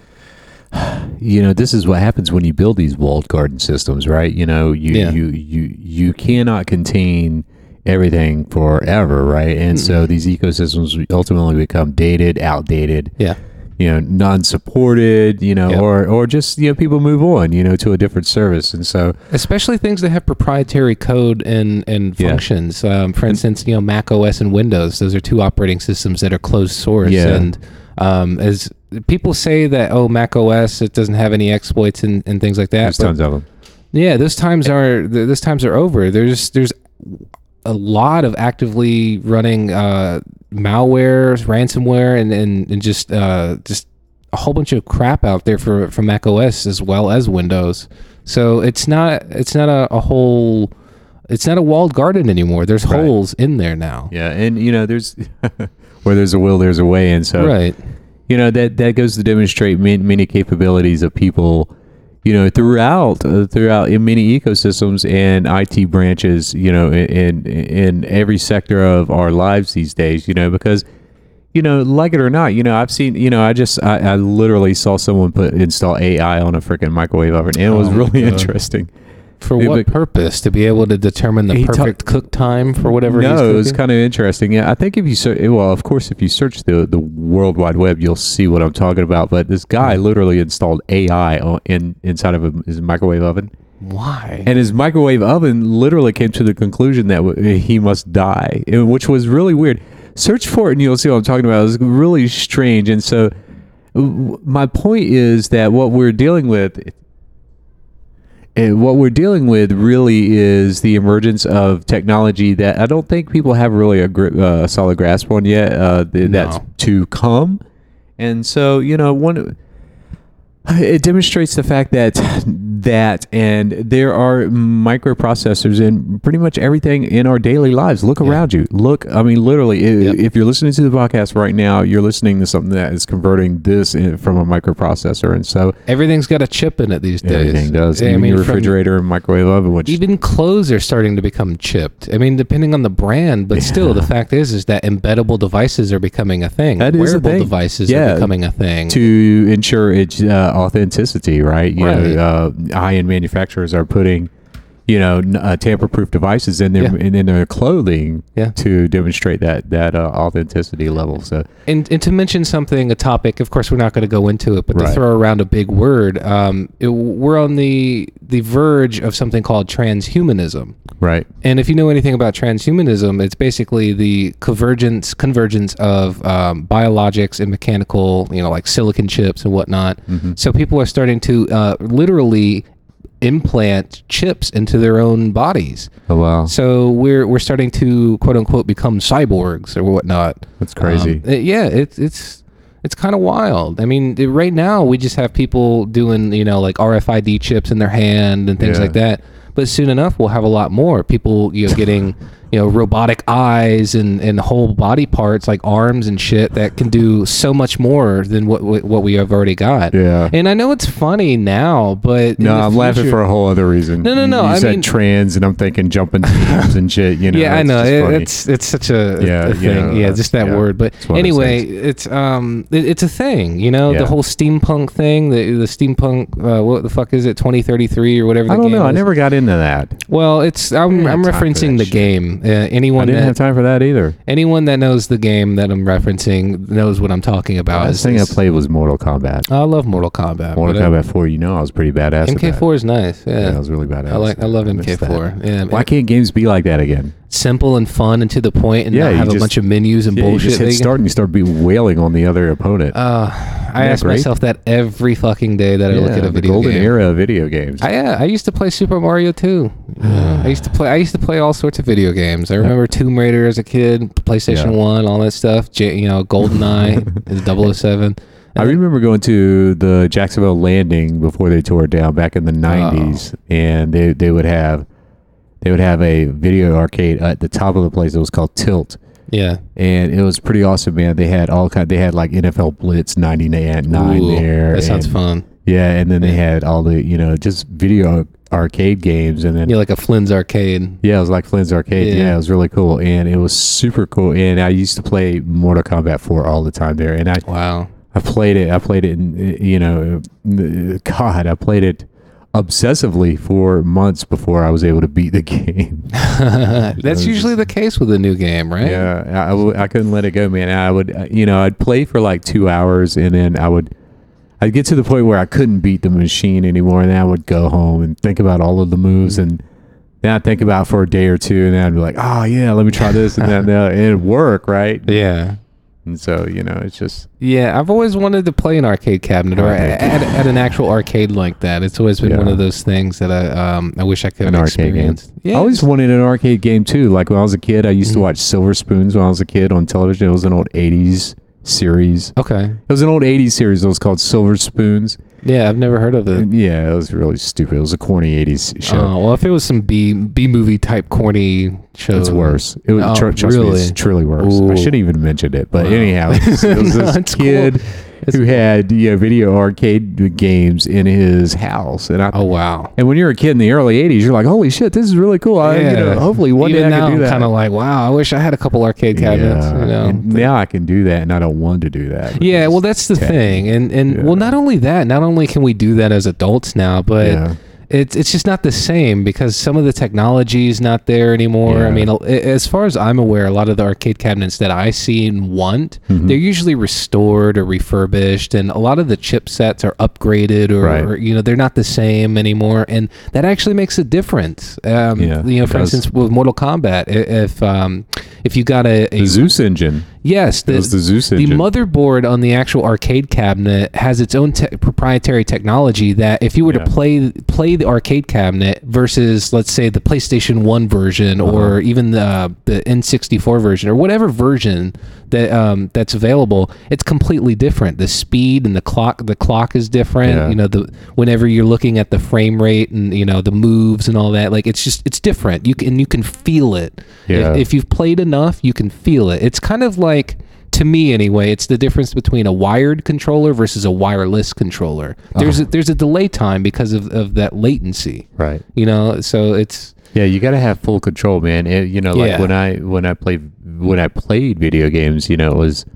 S1: you know, this is what happens when you build these walled garden systems, right? You know, you
S2: Yeah.
S1: you you you cannot contain everything forever, right? And so these ecosystems ultimately become dated, outdated,
S2: Yeah.
S1: you know, non-supported, you know,
S2: Yeah.
S1: or or just you know, people move on, you know, to a different service, and so
S2: especially things that have proprietary code and and
S1: Yeah.
S2: functions. Um, for instance, you know Mac OS and Windows; those are two operating systems that are closed source.
S1: Yeah.
S2: And um, as people say that, oh, Mac OS it doesn't have any exploits and, and things like that.
S1: there's
S2: but-
S1: tons of them.
S2: yeah, those times are th- those times are over. There's there's a lot of actively running uh, malware, ransomware, and and, and just uh, just a whole bunch of crap out there for for Mac OS as well as Windows. So it's not it's not a, a whole it's not a walled garden anymore. There's
S1: Right.
S2: holes in there now.
S1: Yeah, and you know, there's *laughs* where there's a will, there's a way, and so
S2: Right.
S1: you know that that goes to demonstrate many, many capabilities of people you know throughout uh, throughout in many ecosystems and IT branches you know in in every sector of our lives these days you know because you know, like it or not, you know, I've seen, you know, I just, I, I literally saw someone put install AI on a freaking microwave oven, and it was
S2: Oh, my
S1: really
S2: God.
S1: interesting.
S2: For
S1: Yeah,
S2: what
S1: but-
S2: purpose? To be able to determine the
S1: He ta-
S2: perfect cook time for whatever he's
S1: no, it was
S2: cooking?
S1: kind of interesting. Yeah, I think if you search, well, of course, if you search the the World Wide Web, you'll see what I'm talking about. But this guy literally installed AI on, in inside of a, his microwave oven,
S2: Why?
S1: and his microwave oven literally came to the conclusion that w- he must die, and- which was really weird. Search for it, and you'll see what I'm talking about. It was really strange, and so w- my point is that what we're dealing with and Uh, what we're dealing with really is the emergence of technology that I don't think people have really a gri- uh, solid grasp on yet. Uh, th- That's
S2: No.
S1: to come, and so you know, one it demonstrates the fact that that and there are microprocessors in pretty much everything in our daily lives. Look around you. Look, I mean, literally, i-
S2: Yep.
S1: if you're listening to the podcast right now, you're listening to something that is converting this in, from a microprocessor, and so.
S2: Everything's got a chip in it these days.
S1: Everything does.
S2: I
S1: even
S2: mean,
S1: your
S2: from-
S1: refrigerator and microwave oven, which
S2: even clothes are starting to become chipped. I mean, depending on the brand, but still, the fact is, is that embeddable devices are becoming a thing.
S1: That is a
S2: Wearable
S1: thing.
S2: devices
S1: Yeah.
S2: are becoming a thing.
S1: to ensure its uh, authenticity, right? You know,
S2: Right.
S1: uh, high-end manufacturers are putting, you know, n- uh, tamper-proof devices in their
S2: Yeah.
S1: in, in their clothing
S2: Yeah.
S1: to demonstrate that that uh, authenticity level. So
S2: and, and to mention something, a topic. Of course, we're not going to go into it, but
S1: Right.
S2: to throw around a big word, um, it- we're on the the verge of something called transhumanism.
S1: right,
S2: And if you know anything about transhumanism, it's basically the convergence convergence of um, biologics and mechanical, you know, like silicon chips and whatnot. So people are starting to uh, literally implant chips into their own bodies.
S1: oh wow,
S2: So we're we're starting to quote unquote become cyborgs or whatnot.
S1: that's crazy.
S2: Um, it- yeah, it's it's it's kind of wild. I mean, it- right now we just have people doing you know like RFID chips in their hand and things
S1: Yeah.
S2: like that. But soon enough, we'll have a lot more people you know getting *laughs* you know robotic eyes and and whole body parts like arms and shit that can do so much more than what what, what we have already got.
S1: yeah.
S2: And I know it's funny now, but in
S1: No,
S2: the
S1: I'm laughing
S2: future-
S1: for a whole other reason.
S2: No, no, no,
S1: You
S2: I
S1: said
S2: mean-
S1: trans, and I'm thinking
S2: *laughs*
S1: jumping teams and shit. You know.
S2: yeah, I
S1: it's
S2: know
S1: just
S2: it,
S1: funny.
S2: it's it's such a, a
S1: Yeah, you
S2: thing.
S1: know,
S2: yeah,
S1: that's-
S2: just that
S1: yeah,
S2: word. But
S1: it's one of those
S2: anyway, it's um, it, it's a thing. You know,
S1: Yeah.
S2: the whole steampunk thing. The the steampunk. Uh, what the fuck is it? Twenty thirty three or whatever. The
S1: I don't
S2: game
S1: know. I
S2: is.
S1: never got into that.
S2: Well, it's I'm
S1: I
S2: I'm
S1: didn't have time for
S2: referencing
S1: that
S2: the
S1: shit.
S2: game. Uh,
S1: I
S2: anyone
S1: didn't have
S2: that
S1: time for that either.
S2: anyone that knows the game that I'm referencing knows what I'm talking about.
S1: Last
S2: Oh, It's-
S1: thing I
S2: it's-
S1: played was Mortal Kombat.
S2: I love Mortal Kombat.
S1: Mortal
S2: but, uh,
S1: Kombat 4, you know, I was pretty badass. at that.
S2: MK4 is nice. Yeah.
S1: Yeah, I was really badass.
S2: I like. I love
S1: missed
S2: MK4. Yeah,
S1: Why can't games be like that again?
S2: simple and fun and to the point, and
S1: Yeah,
S2: not
S1: you
S2: have a
S1: just-
S2: bunch of menus and
S1: Yeah, you
S2: bullshit.
S1: just
S2: that
S1: hit
S2: you can-
S1: start and you start be wailing on the other opponent.
S2: Uh, I
S1: that
S2: ask
S1: great?
S2: myself that every fucking day that I look at
S1: Yeah,
S2: a
S1: the
S2: video
S1: golden
S2: game.
S1: era of video games.
S2: I, yeah, I used to play Super Mario
S1: *sighs*
S2: 2. Yeah, I used to play. I used to play all sorts of video games. I remember Tomb Raider as a kid, PlayStation
S1: Yeah.
S2: One, all that stuff. J, you
S1: *laughs*
S2: know, GoldenEye, oh is 007.
S1: I remember going to the Jacksonville Landing before they tore it down back
S2: Oh.
S1: in the '90s, and they they would have they would have a video arcade at the top of the place. It was called Tilt,
S2: Yeah,
S1: and it was pretty awesome, man. They had all kind. They had like NFL Blitz '99
S2: Ooh,
S1: there.
S2: That sounds
S1: and-
S2: fun.
S1: Yeah, and then they had all the you know just video arcade games, and then
S2: Yeah, like a Flynn's arcade.
S1: Yeah, it was like Flynn's Arcade. Yeah.
S2: Yeah.
S1: it was really cool, and it was super cool. And I used to play Mortal Kombat 4 all the time there, and I
S2: Wow. *laughs*
S1: I played it. I played it, in, you know, *laughs* God, I played it obsessively for months before I was able to beat the *laughs* game.
S2: That's usually the case with a new game, right?
S1: Yeah, I- I, w- I couldn't let it go, man. I would, uh, you know, I'd play for like two hours, and then I would, I'd get to the point where I couldn't beat the machine anymore, and then I would go home and think about all of the moves, and then I'd think about it for a day or two, and then I'd be like, oh yeah, let me try this, and then uh, it'd work, right?
S2: Yeah.
S1: And so you know, it's just
S2: Yeah, I've always wanted to play an arcade cabinet or
S1: Arcade.
S2: at, at, at an actual arcade like that. It's always been
S1: Yeah.
S2: one of those things that I um I wish I could
S1: an
S2: have
S1: arcade game.
S2: experienced.
S1: I
S2: Yeah, Mm-hmm.
S1: always
S2: just-
S1: wanted an arcade game too. Like when I was a kid, I used to watch Silver Spoons when I was a kid on television. It was an old '80s series.
S2: okay.
S1: It was an old '80s series. It was called Silver Spoons.
S2: Yeah, I've never heard of it.
S1: Uh, Yeah, it was really stupid. It was a corny '80s show.
S2: Oh, well, if it was some B B movie type corny show,
S1: it's worse. It was
S2: Oh,
S1: tr- trust me,
S2: really?
S1: it's truly worse. I
S2: Ooh.
S1: shouldn't even mention it. But
S2: Wow. *laughs*
S1: anyhow, it was, it was
S2: No,
S1: this
S2: it's cool.
S1: kid who had you know, video arcade games in his house, and I.
S2: Oh wow.
S1: And when you're a kid in the early '80s, you're like, "Holy shit, this is really cool!" I, Uh, you know, hopefully one
S2: Even
S1: day I
S2: now
S1: can do
S2: I'm
S1: that.
S2: kind of like, wow, I wish I had a couple arcade cabinets.
S1: yeah.
S2: You know.
S1: and now I can do that, and I don't want to do that.
S2: yeah,
S1: because-
S2: well, that's the thing, and and well, not only that, not only can we do that as adults now, but
S1: Yeah.
S2: it's it's just not the same because some of the technology is not there anymore.
S1: Yeah.
S2: I mean, a- as far as I'm aware, a lot of the arcade cabinets that I see and want,
S1: Mm-hmm.
S2: they're usually restored or refurbished, and a lot of the chipsets are upgraded or,
S1: Right.
S2: or, you know they're not the same anymore, and that actually makes a difference. Um,
S1: Yeah,
S2: you know,
S1: it
S2: for
S1: does.
S2: instance, with Mortal Kombat, i- if um, if you got a, a
S1: the Zeus engine.
S2: Yes, the,
S1: was the Zeus engine.
S2: motherboard on the actual arcade cabinet has its own te- proprietary technology that if you were
S1: Yeah.
S2: to play play the arcade cabinet versus let's say the PlayStation 1 version
S1: Uh-huh.
S2: or even the the N64 version or whatever version that um, that's available, it's completely different. The speed and the clock the clock is different,
S1: Yeah.
S2: you know, the whenever you're looking at the frame rate and you know the moves and all that, like it's just it's different. You can you can feel it.
S1: Yeah.
S2: If, if you've played enough, you can feel it. It's kind of like, to me anyway, it's the difference between a wired controller versus a wireless controller.
S1: Uh-huh.
S2: There's a, there's a delay time because of, of that latency.
S1: Right.
S2: You know, so it's
S1: Yeah, you got to have full control, man. It, you know, like
S2: Yeah.
S1: when I when I played when I played video games, you know, it was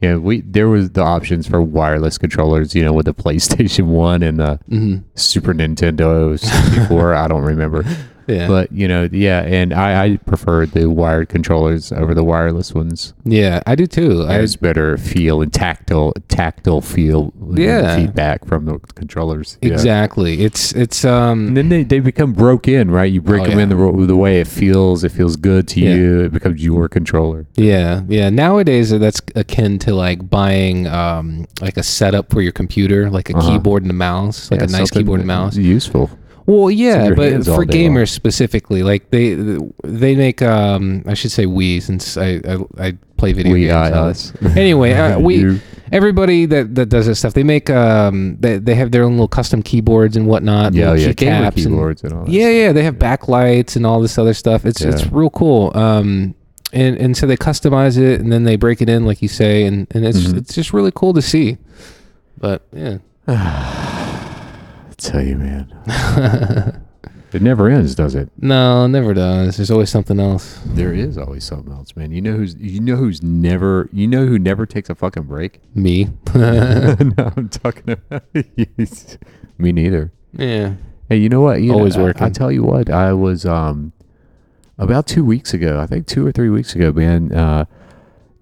S1: you know, we there was the options for wireless controllers, you know, with the *laughs* PlayStation 1 and the
S2: Mm-hmm.
S1: Super Nintendo
S2: *laughs*
S1: 64, I don't remember.
S2: yeah,
S1: But, you know, yeah, and I I preferred the wired controllers over the wireless ones.
S2: yeah, I do too. I,
S1: There's better feel and tactile tactile feel you know,
S2: Yeah.
S1: feedback from the controllers. Yeah.
S2: Exactly. It's it's um
S1: And then they, they become broke in, right? You break
S2: Oh,
S1: them in the, ro- the way it feels. It feels good to
S2: Yeah.
S1: you. It becomes your controller.
S2: yeah yeah. Nowadays that's akin to like buying um like a setup for your computer, like a keyboard and a mouse, like a
S1: Uh-huh. Yeah,
S2: nice
S1: something
S2: keyboard and mouse.
S1: Useful.
S2: Well, yeah,
S1: your
S2: but
S1: hands all
S2: for
S1: day
S2: gamers
S1: long.
S2: specifically, like they they make um I should say we since I I, I play video
S1: We,
S2: games.
S1: I,
S2: uh,
S1: us. *laughs*
S2: Anyway, uh,
S1: You.
S2: we everybody that that does this stuff, they make um they, they have their own little custom keyboards and whatnot.
S1: Yeah, yeah. Gamer
S2: little keycaps and-
S1: keyboards and all that.
S2: yeah, yeah, they have backlights and all this other stuff. It's it's
S1: Yeah.
S2: real cool. Um, and and so they customize it and then they break it in like you say, and and it's
S1: Mhm.
S2: it's just really cool to see. But yeah,
S1: I tell you, man.
S2: *laughs*
S1: it never ends, does it?
S2: no, it never does. There's always something else.
S1: There is always something else, man. You know who's you know who's never you know who never takes a fucking
S2: *laughs*
S1: break? *laughs*
S2: Me.
S1: no, I'm talking about *laughs* you. Me neither.
S2: Yeah.
S1: Hey, you know what? You know,
S2: Always
S1: I- I,
S2: working.
S1: tell you what, I was um about two weeks ago, I think two or three weeks ago, man. Uh,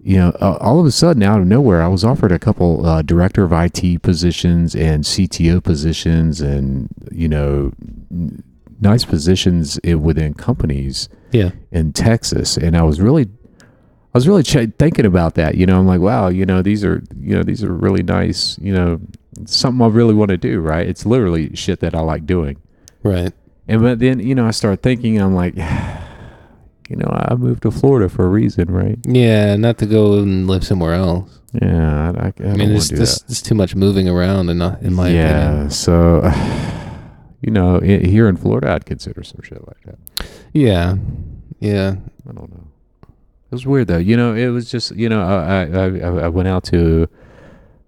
S1: you know, uh, all of a sudden, out of nowhere, I was offered a couple uh, director of IT positions and CTO positions, and you know, n- nice positions i- within companies
S2: Yeah.
S1: in Texas, and I was really, I was really ch- thinking about that. You know, I'm like, wow, you know, these are, you know, these are really nice. You know, something I really want to do. Right? It's literally shit that I like doing.
S2: Right.
S1: And but then you know, I start thinking, I'm like, *sighs* you know, I moved to Florida for a reason, right?
S2: Yeah, not to go and live somewhere else.
S1: Yeah, I, I, I,
S2: I,
S1: don't
S2: mean,
S1: want
S2: it's
S1: to do
S2: this
S1: that.
S2: it's too much moving around, and not in my
S1: yeah,
S2: opinion.
S1: so *sighs* you know, i here in Florida, I'd consider some shit like that.
S2: Yeah. Yeah.
S1: I don't know. It was weird though. You know, it was just you know, I I I, I went out to.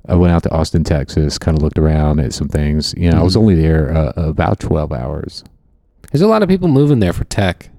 S1: I went out to Austin, Texas, kind of looked around at some things. You know, I was
S2: Mhm.
S1: only there uh, about 12 hours.
S2: There's a lot of people moving there for tech.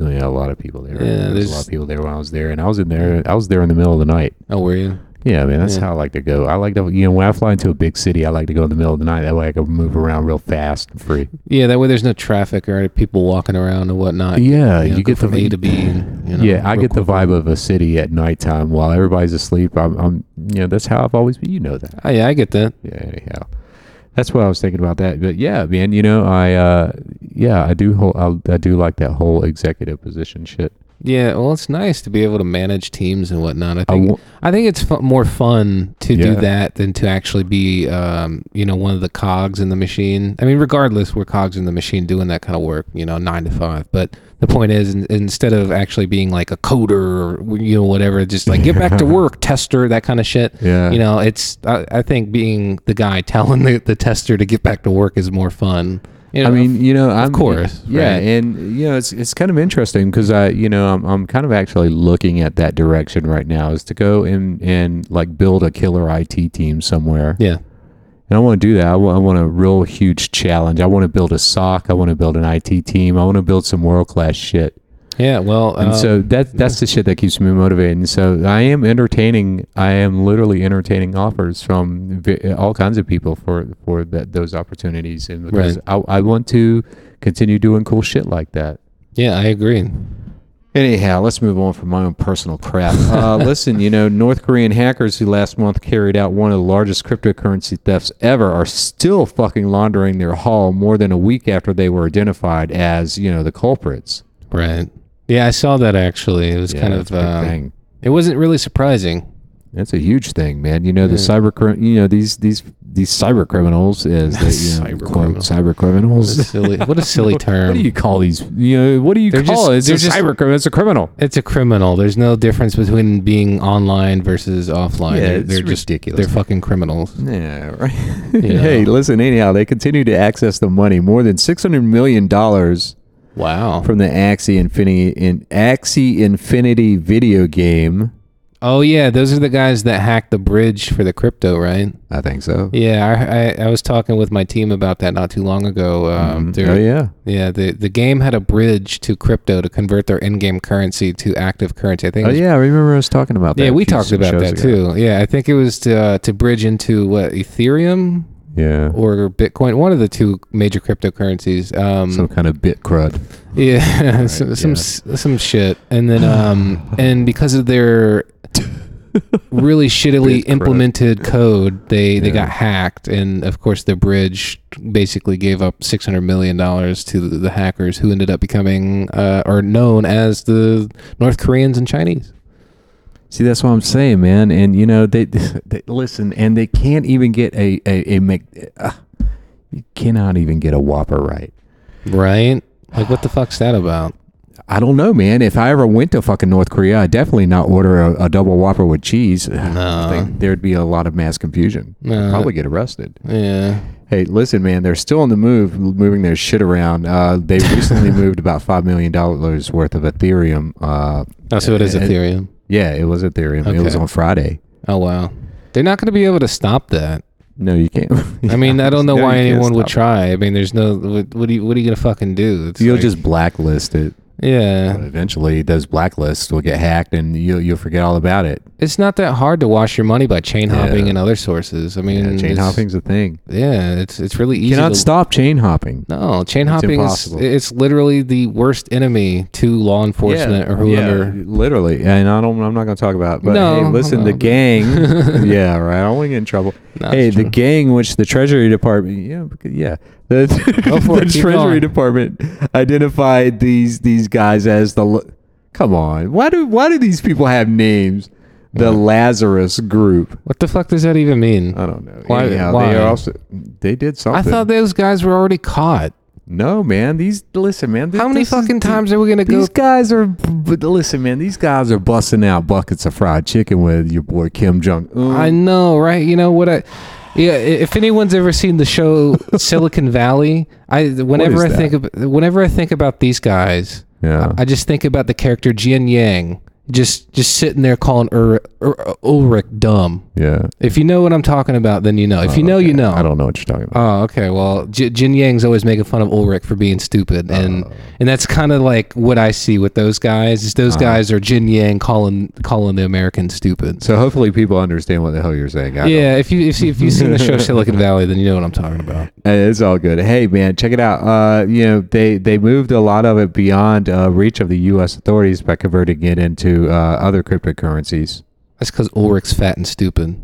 S1: You know, a lot of people there.
S2: Yeah,
S1: there was
S2: there's-
S1: a lot of people there when I was there. And I was in there, I was there in the middle of the night.
S2: Oh, were you?
S1: Yeah, man, that's
S2: Yeah.
S1: how I like to go. I like to, you know, when I fly into a big city, I like to go in the middle of the night. That way I can move around real fast and free.
S2: Yeah. That way, there's no traffic or people walking around and whatnot.
S1: yeah,
S2: You, know,
S1: you
S2: go
S1: get the
S2: from A to B. And, you know,
S1: yeah, I
S2: real
S1: get the
S2: quick.
S1: vibe of a city at nighttime while everybody's asleep. I'm, I'm, you know, that's how I've always been. You know that.
S2: Oh, yeah, I get that.
S1: Yeah, anyhow, that's what I was thinking about that. But yeah, man, you know, I, uh, yeah, I do, whole, I, I do like that whole executive position shit.
S2: Yeah. Well, it's nice to be able to manage teams and whatnot. I
S1: I
S2: think
S1: won't-
S2: I think it's fu- more fun to
S1: Yeah.
S2: do that than to actually be, um, you know, one of the cogs in the machine. I mean, regardless, we're cogs in the machine doing that kind of work, you know, nine to five. But the point is, in, instead of actually being like a coder or you know whatever, just like get
S1: *laughs*
S2: back to work, tester, that kind of shit.
S1: Yeah.
S2: You know, it's I, I think being the guy telling the, the tester to get back to work is more fun. You
S1: I mean, you know, I'm,
S2: course,
S1: yeah,
S2: right.
S1: and you know, it's it's kind of interesting because I, you know, I'm I'm kind of actually looking at that direction right now is to go and and like build a killer IT team somewhere,
S2: yeah,
S1: and I want to do that. I wa- I want a real huge challenge. I want to build a SOC. I want to build an IT team. I want to build some world class shit.
S2: yeah. Well,
S1: And
S2: um,
S1: so that that's the shit that keeps me motivated. And so I am entertaining. I am literally entertaining offers from vi- all kinds of people for for that those opportunities. And because I, I want to continue doing cool shit like that.
S2: yeah, I agree.
S1: Anyhow, let's move on from my own personal crap. *laughs* Uh, listen, you know, North Korean hackers who last month carried out one of the largest cryptocurrency thefts ever are still fucking laundering their haul more than a week after they were identified as, you know, the culprits.
S2: Right. Yeah, I saw that actually. It was kind
S1: that's
S2: of.
S1: a big
S2: Uh,
S1: thing.
S2: It wasn't
S1: *laughs*
S2: really surprising.
S1: That's a huge thing, man. You know the cyber, cri- you know these these these cyber criminals as they you know
S2: Cyber
S1: quote
S2: criminal.
S1: cyber criminals.
S2: Silly. What a silly
S1: *laughs*
S2: term.
S1: What do you call these? You know what do you
S2: They're
S1: call it?
S2: just- they're
S1: It's a
S2: just-
S1: cyber criminal. It's a criminal.
S2: it's a criminal. There's no difference between being online versus offline.
S1: Yeah,
S2: they're,
S1: it's
S2: they're just
S1: ridiculous.
S2: They're fucking criminals.
S1: Yeah, *laughs* right. hey, listen. Anyhow, they continue to access the money more than six hundred million dollars
S2: Wow.
S1: from the Axie Infinity in Axie Infinity video game.
S2: Oh yeah, those are the guys that hacked the bridge for the crypto, right?
S1: I think so.
S2: Yeah, I I, I was talking with my team about that not too long ago. Um, they're-
S1: Oh yeah.
S2: yeah, the the game had a bridge to crypto to convert their in-game currency to active currency. I think.
S1: Oh
S2: it was-
S1: yeah. I remember us talking about that.
S2: Yeah,
S1: a
S2: we
S1: few
S2: talked about
S1: shows
S2: that
S1: ago.
S2: too. Yeah, I think it was to uh, to bridge into what Ethereum
S1: Yeah.
S2: or Bitcoin, one of the two major cryptocurrencies. Um,
S1: Some kind of bit crud.
S2: *laughs* yeah, some some, s some shit, and then um, and because of *laughs* their really shittily
S1: Bit crud.
S2: implemented code, they they
S1: Yeah.
S2: got hacked, and of course the bridge basically gave up six hundred million dollars to the, the hackers, who ended up becoming uh, or known as the North Koreans and Chinese.
S1: See, that's what I'm saying, man. And you know, they, *laughs* they listen, and they can't even get a a, a Mc, uh, you cannot even get a Whopper right.
S2: Right? Like, what the fuck's that about?
S1: I don't know, man. If I ever went to fucking North Korea, I'd definitely not order a, a double Whopper with cheese. *sighs* I think there'd be a lot of mass confusion.
S2: No.
S1: I'd probably get arrested.
S2: Uh, Yeah.
S1: Hey, listen, man. They're still on the move, moving their shit around. Uh, they
S2: *laughs*
S1: recently moved about five million dollars worth of Ethereum. Uh,
S2: Oh, so it is
S1: Uh,
S2: Ethereum.
S1: yeah, it was Ethereum. It was
S2: Okay.
S1: on Friday.
S2: Oh wow. They're not going to be able to stop that.
S1: No, you can't. *laughs*
S2: I mean, I don't know
S1: No,
S2: why
S1: you can't
S2: anyone would
S1: stop it.
S2: try. I mean, there's no. What, what are you? What are you gonna fucking do? It's
S1: You'll
S2: like-
S1: just blacklist it. But
S2: Yeah.
S1: eventually, those blacklists will get hacked, and you'll you'll forget all about it.
S2: It's not that hard to wash your money by chain hopping
S1: Yeah.
S2: and other sources. I mean,
S1: Yeah, chain
S2: it's-
S1: hopping's a thing.
S2: Yeah, it's it's really easy.
S1: You cannot
S2: to-
S1: stop chain hopping.
S2: No, chain hopping is
S1: impossible.
S2: it's literally the worst enemy to law enforcement or whoever.
S1: literally. And I don't. I'm not going to talk about. It, but
S2: No,
S1: hey, listen, the
S2: no.
S1: gang.
S2: *laughs*
S1: yeah, right. I don't want to get in trouble.
S2: No,
S1: hey,
S2: it's
S1: the
S2: true.
S1: gang, which the Treasury Department. Yeah, because- yeah. The, *laughs*
S2: Go for
S1: the
S2: it, keep
S1: Treasury
S2: going.
S1: Department identified these these guys as the. l- Come on, why do why do these people have names? The Lazarus Group.
S2: What the fuck does that even mean?
S1: I don't know.
S2: Why-
S1: Anyhow,
S2: why?
S1: They are also they did something.
S2: I thought those guys were already caught.
S1: no, man. These listen, man.
S2: How many
S1: this is-
S2: fucking times are we gonna go?
S1: These guys are. But listen, man. These guys are busting out buckets of fried chicken with your boy Kim Jong. uh, Un.
S2: I know, right? You know what I? Yeah, i- if anyone's ever seen
S1: *laughs*
S2: the show Silicon Valley, I whenever
S1: is
S2: I
S1: that?
S2: think about whenever I think about these guys,
S1: Yeah.
S2: I just think about the character Jian Yang just just sitting there calling Ur, Ur, Ulrich dumb.
S1: yeah.
S2: If you know what I'm talking about, then you know. If you know, you know.
S1: Oh, I don't know what you're talking about.
S2: Oh, okay. Well, J- Jin Yang's always making fun of Ulrich for being stupid, and and that's kind of like what I see with those guys. Is
S1: Uh-huh.
S2: those guys are Jin Yang calling calling the Americans stupid.
S1: So hopefully people understand what the hell you're saying. I don't.
S2: Yeah, if you if you if you've seen
S1: *laughs*
S2: the show Silicon Valley, then you know what I'm talking about.
S1: Hey, It's all good. Hey, man, check it out. Uh, you know, they, they moved a lot of it beyond uh, reach of the U.S. authorities by converting it into uh, other cryptocurrencies.
S2: That's because Ulrich's fat and stupid.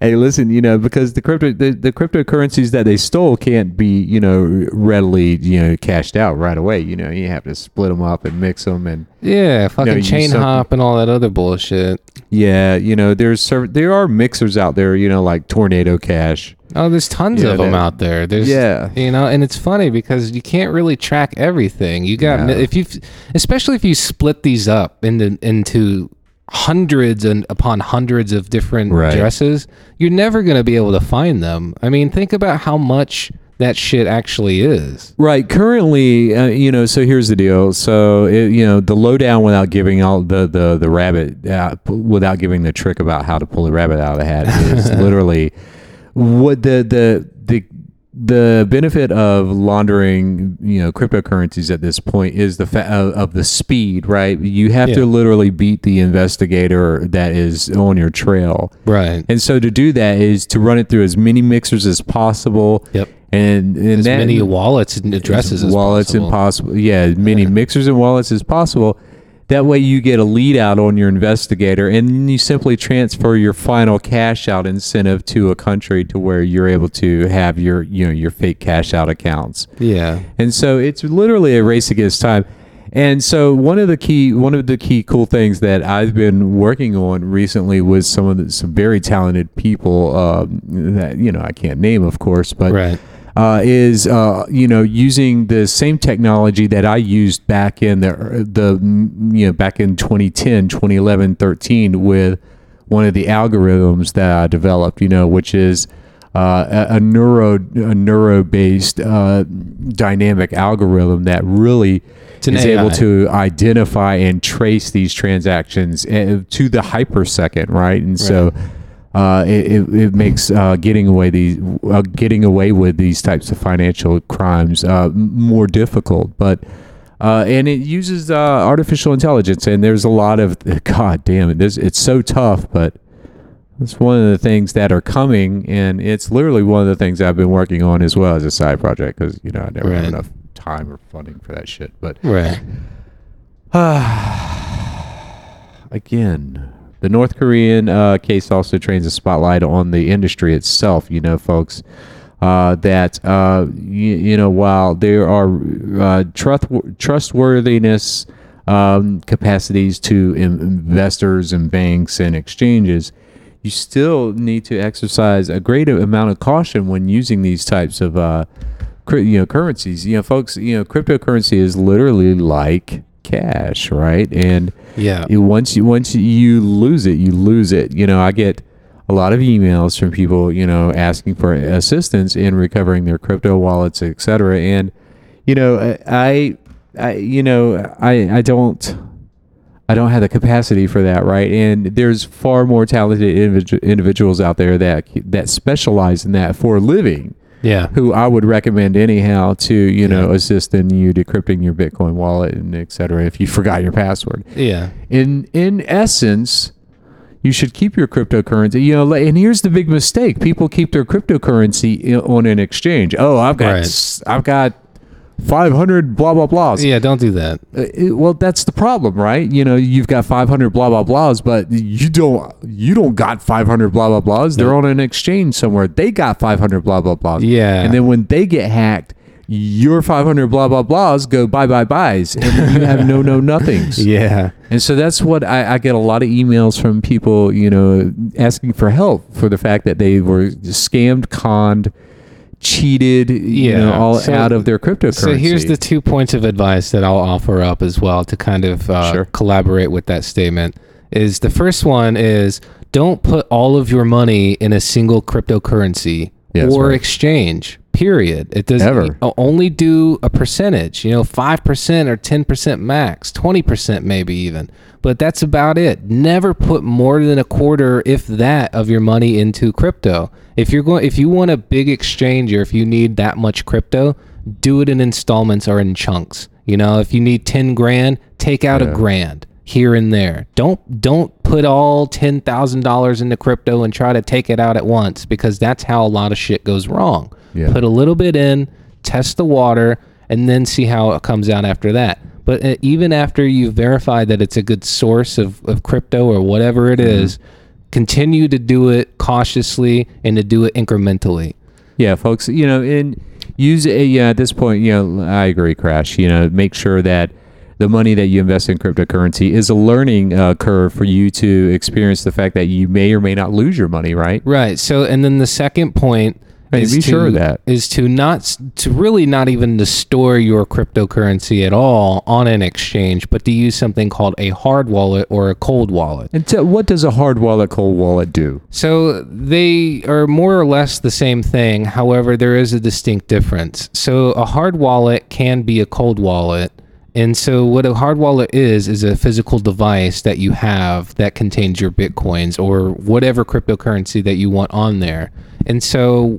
S1: hey, listen, you know, because the crypto the, the cryptocurrencies that they stole can't be, you know, readily, you know, cashed out right away. You know, you have to split them up and mix them, and
S2: Yeah, fucking
S1: you
S2: chain
S1: suck-
S2: hop and all that other bullshit.
S1: yeah, you know, there's serv- there are mixers out there, you know, like Tornado Cash.
S2: Oh, there's tons
S1: Yeah,
S2: of them
S1: that-
S2: out there. There's
S1: Yeah.
S2: you know, and it's funny because you can't really track everything. You got
S1: No.
S2: if you, especially if you split these up into into hundreds and upon hundreds of different
S1: Right.
S2: dresses, you're never going to be able to find them. I mean, think about how much that shit actually is.
S1: Right. Currently, uh, you know, so here's the deal. So, it, you know, the lowdown without giving all the, the, the rabbit, uh, p- without giving the trick about how to pull the rabbit out of the hat
S2: *laughs*
S1: is literally what the, the, the, the benefit of laundering, you know, cryptocurrencies at this point is the fa- of, of the speed, right? You have to
S2: Yeah.
S1: literally beat the investigator that is on your trail.
S2: Right.
S1: And so to do that is to run it through as many mixers as possible.
S2: Yep.
S1: And, and
S2: As
S1: that,
S2: many wallets and addresses as
S1: wallets
S2: possible.
S1: impossible. Yeah, as many mixers and wallets as possible. That way, you get a lead out on your investigator, and then you simply transfer your final cash out incentive to a country to where you're able to have your you know your fake cash out accounts.
S2: yeah.
S1: And so it's literally a race against time. And so one of the key one of the key cool things that I've been working on recently with some of the, some very talented people um, that you know I can't name of course, but
S2: Right.
S1: uh, is uh, you know using the same technology that I used back in the the mm, you know back in 2010, 2011, 13 with one of the algorithms that I developed, you know, which is uh, a, a neuro a neuro based uh, dynamic algorithm that really
S2: an
S1: is able
S2: AI.
S1: to identify and trace these transactions uh, to the hypersecond, right? And so uh, it, it, it makes uh, getting away these uh, getting away with these types of financial crimes uh, m- more difficult, but. Uh, and it uses uh, artificial intelligence, and there's a lot of *laughs* God damn it. This it's so tough, but it's one of the things that are coming, and it's literally one of the things I've been working on as well as a side project because you know I never have
S2: Right.
S1: enough time or funding for that shit. But *sighs*
S2: Right. *sighs*
S1: again, the North Korean uh, case also trains a spotlight on the industry itself. You know, folks, uh, that uh, y- you know, while there are uh, trust trustworthiness um, capacities to in- investors and banks and exchanges. You still need to exercise a great amount of caution when using these types of uh, cri- you know currencies. You know, folks, you know, cryptocurrency is literally like cash, right? And
S2: Yeah.
S1: it- once you once you lose it, you lose it. You know, I get a lot of emails from people, you know, asking for assistance in recovering their crypto wallets, et cetera. And you know, I, I, you know, I, I don't. I don't have the capacity for that, right? And there's far more talented individu- individuals out there that that specialize in that for a living,
S2: Yeah.
S1: who I would recommend anyhow to you know assist in you decrypting your Bitcoin wallet and et cetera if you forgot your password
S2: Yeah.
S1: in in essence you should keep your cryptocurrency you know like- and here's the big mistake people keep their cryptocurrency i- on an exchange oh i've got
S2: Right.
S1: s- i've got 500 blah blah blahs
S2: Yeah. Don't do that.
S1: Uh, it- well that's the problem right you know you've got 500 blah blah blahs but you don't you don't got 500 blah blah blahs they're on an exchange somewhere they got 500 blah blah blahs
S2: Yeah.
S1: and then when they get hacked your 500 blah blah blahs go bye bye byes and then you have no no nothings
S2: *laughs* Yeah.
S1: and so that's what I, I get a lot of emails from people, you know, asking for help for the fact that they were scammed, conned, cheated, you know,
S2: Yeah.
S1: all
S2: So-
S1: out of their cryptocurrency.
S2: So here's the two points of advice that I'll offer up as well to kind of uh,
S1: Sure.
S2: collaborate with that statement. Is the first one is don't put all of your money in a single cryptocurrency
S1: Yeah, that's
S2: or
S1: right.
S2: exchange. Period. It doesn't
S1: Ever.
S2: o- Oh, only do a percentage. You know, five percent or ten percent max, twenty percent maybe even. But that's about it. Never put more than a quarter, if that, of your money into crypto. If you're going, if you want a big exchange or if you need that much crypto, do it in installments or in chunks. You know, if you need ten grand, take out a grand here and there. Don't don't put all ten thousand dollars into crypto and try to take it out at once because that's how a lot of shit goes wrong.
S1: Yeah.
S2: Put a little bit in, test the water, and then see how it comes out after that. But uh, even after you verify that it's a good source of, of crypto or whatever it is, continue to do it cautiously and to do it incrementally.
S1: yeah, folks, you know, and use a, yeah, at this point, you know, I agree, Crash, you know, make sure that the money that you invest in cryptocurrency is a learning uh, curve for you to experience the fact that you may or may not lose your money, right?
S2: Right. So, and then the second point
S1: Hey,
S2: is
S1: be
S2: to,
S1: sure of that.
S2: is to not s- to really not even to store your cryptocurrency at all on an exchange, but to use something called a hard wallet or a cold wallet.
S1: And tell, what does a hard wallet, cold wallet do?
S2: So they are more or less the same thing. However, there is a distinct difference. So a hard wallet can be a cold wallet. And so what a hard wallet is is a physical device that you have that contains your bitcoins or whatever cryptocurrency that you want on there. And so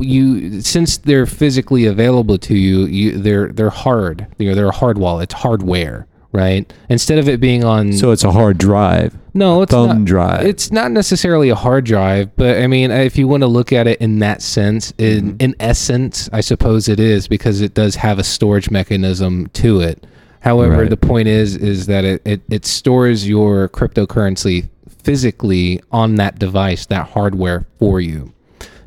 S2: you since they're physically available to you, you they're they're hard. You know, they're a hard wallet, it's hardware, right? Instead of it being on
S1: So it's a hard drive.
S2: no, it's
S1: thumb
S2: not,
S1: drive.
S2: It's not necessarily a hard drive, but I mean, uh, if you want to look at it in that sense, in
S1: Mm-hmm.
S2: in essence, I suppose it is because it does have a storage mechanism to it. However,
S1: Right.
S2: the point is is that it, it it stores your cryptocurrency physically on that device, that hardware for you.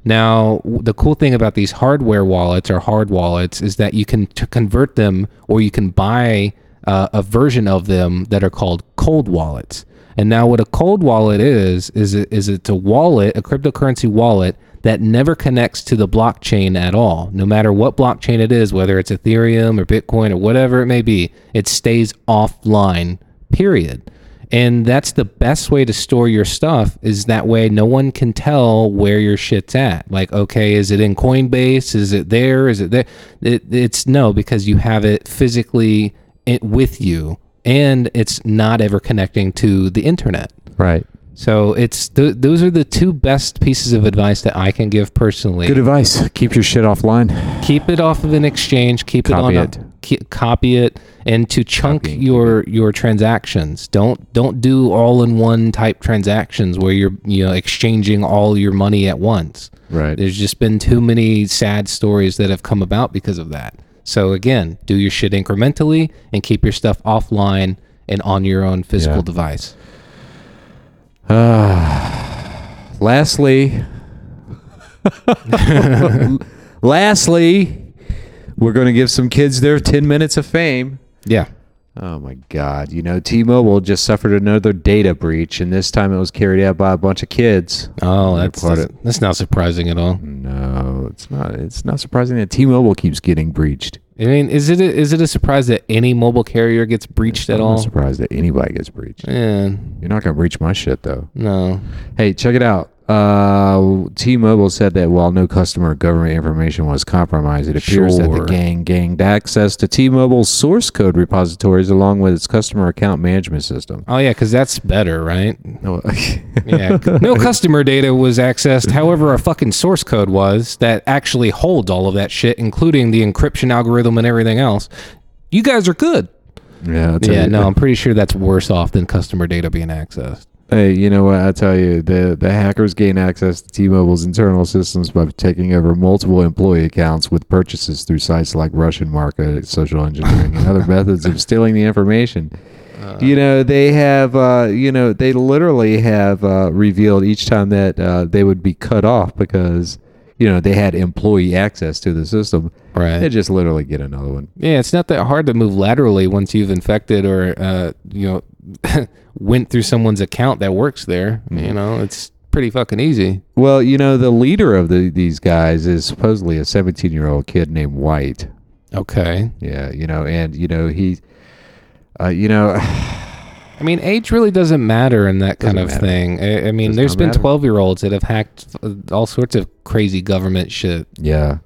S2: Now, w- the cool thing about these hardware wallets or hard wallets is that you can t- convert them or you can buy uh, a version of them that are called cold wallets. And now, what a cold wallet is, is, it, is it's a wallet, a cryptocurrency wallet that never connects to the blockchain at all. No matter what blockchain it is, whether it's Ethereum or Bitcoin or whatever it may be, it stays offline, period and that's the best way to store your stuff is that way no one can tell where your shit's at like okay is it in coinbase is it there is it there it, it's no because you have it physically it, with you and it's not ever connecting to the internet
S1: Right.
S2: so it's th- those are the two best pieces of advice that i can give personally
S1: Good advice. Keep your shit offline.
S2: keep it off of an exchange keep
S1: Copy
S2: it on
S1: it.
S2: A, ke- copy it and to chunk
S1: Copy and
S2: your your transactions don't don't do all in one type transactions where you're you know exchanging all your money at once
S1: Right.
S2: there's just been too many sad stories that have come about because of that so again do your shit incrementally and keep your stuff offline and on your own physical
S1: Yeah.
S2: device
S1: Lastly, *laughs* lastly, we're going to give some kids their 10 minutes of fame.
S2: yeah
S1: Oh my God. You know, T Mobile just suffered another data breach, and this time it was carried out by a bunch of kids.
S2: oh that's
S1: part
S2: that's, that's not surprising at
S1: Mm-hmm.
S2: all
S1: No, it's not. It's not surprising that T Mobile keeps getting breached.
S2: i mean is it a, is it a surprise that any mobile carrier gets breached at
S1: I'm not
S2: all
S1: surprised that anybody gets breached.
S2: yeah
S1: You're not going to breach my shit, though.
S2: No.
S1: Hey, check it out. Uh, T-Mobile said that while no customer or government information was compromised, it appears that the
S2: Sure.
S1: gang gained access to T-Mobile's source code repositories along with its customer account management system.
S2: Oh yeah, because that's better, right? *laughs*
S1: No,
S2: Yeah. no customer data was accessed. However, a fucking source code was that actually holds all of that shit, including the encryption algorithm and everything else. You guys are good.
S1: yeah, I'll tell
S2: *laughs* Yeah.
S1: you-
S2: No, I'm pretty sure that's worse off than customer data being accessed.
S1: Hey, you know what? I tell you, the the hackers gain access to T-Mobile's internal systems by taking over multiple employee accounts with purchases through sites like Russian market, social engineering, and other methods of stealing the information. you know, they have, uh, you know, they literally have uh, revealed each time that uh, they would be cut off because, you know, they had employee access to the system. They
S2: Right.
S1: just literally get another one.
S2: Yeah, it's not that hard to move laterally once you've infected or uh, you know *laughs* went through someone's account that works there. You know, it's pretty fucking easy.
S1: Well, you know, the leader of the, these guys is supposedly a 17 year old kid named White.
S2: Okay.
S1: Yeah, you know, and you know he, uh, you know, *sighs*
S2: I mean, age really doesn't matter in that kind
S1: Doesn't
S2: of
S1: matter.
S2: thing. I, I mean,
S1: Does
S2: there's
S1: not
S2: been
S1: matter.
S2: 12 year olds that have hacked uh, all sorts of crazy government shit.
S1: yeah,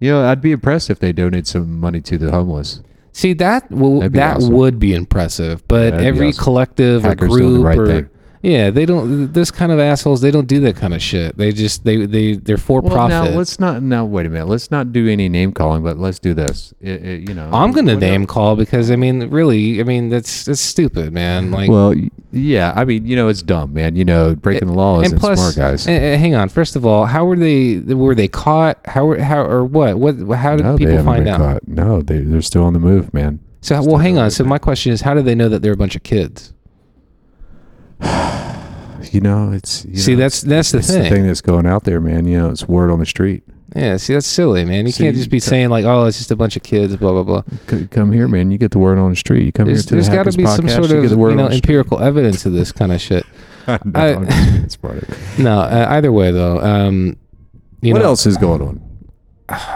S1: you know, I'd be impressed if they donate some money to the homeless.
S2: See, that will,
S1: That'd be
S2: that
S1: awesome.
S2: would be impressive, but
S1: that'd be
S2: every
S1: awesome.
S2: collective
S1: Hackers
S2: or
S1: doing the
S2: group
S1: right
S2: or.
S1: thing.
S2: Yeah, they don't. This kind of assholes, they don't do that kind of shit. They just they they they're for
S1: Well, now
S2: profit.
S1: let's not. Now wait a minute. Let's not do any name calling, but let's do this. It, it, you know,
S2: I'm gonna
S1: what-
S2: name call because I mean, really, I mean that's that's stupid, man. Like,
S1: Well, y- yeah, I mean, you know, it's dumb, man. You know, breaking the law isn't smart, guys.
S2: a- a- hang on. First of all, how were they? Were they caught? How were how or what? What? How did
S1: no, they
S2: people
S1: haven't
S2: find
S1: been
S2: out?
S1: caught. No, they they're still on the move, man.
S2: So well, hang on. So my question is, how do they know that they're a bunch of kids?
S1: You know, it's you
S2: see,
S1: know,
S2: that's that's the
S1: it's the
S2: thing.
S1: thing that's going out there, man. You know, it's word on the street.
S2: Yeah, see, that's silly, man. You can't
S1: See,
S2: just be
S1: so-
S2: saying like, oh, it's just a bunch of kids, blah blah blah.
S1: C- come here, man. You get the word on the street. You come
S2: There's,
S1: here to
S2: there's
S1: the
S2: got to
S1: Hackers
S2: be some
S1: podcast,
S2: sort
S1: you
S2: of
S1: get the word
S2: you
S1: on
S2: know
S1: the street.
S2: empirical evidence of this kind of shit.
S1: *laughs* I know,
S2: I-
S1: I'm just being smart.
S2: No, uh, either way though, um, *laughs* You
S1: what
S2: know,
S1: else is going on?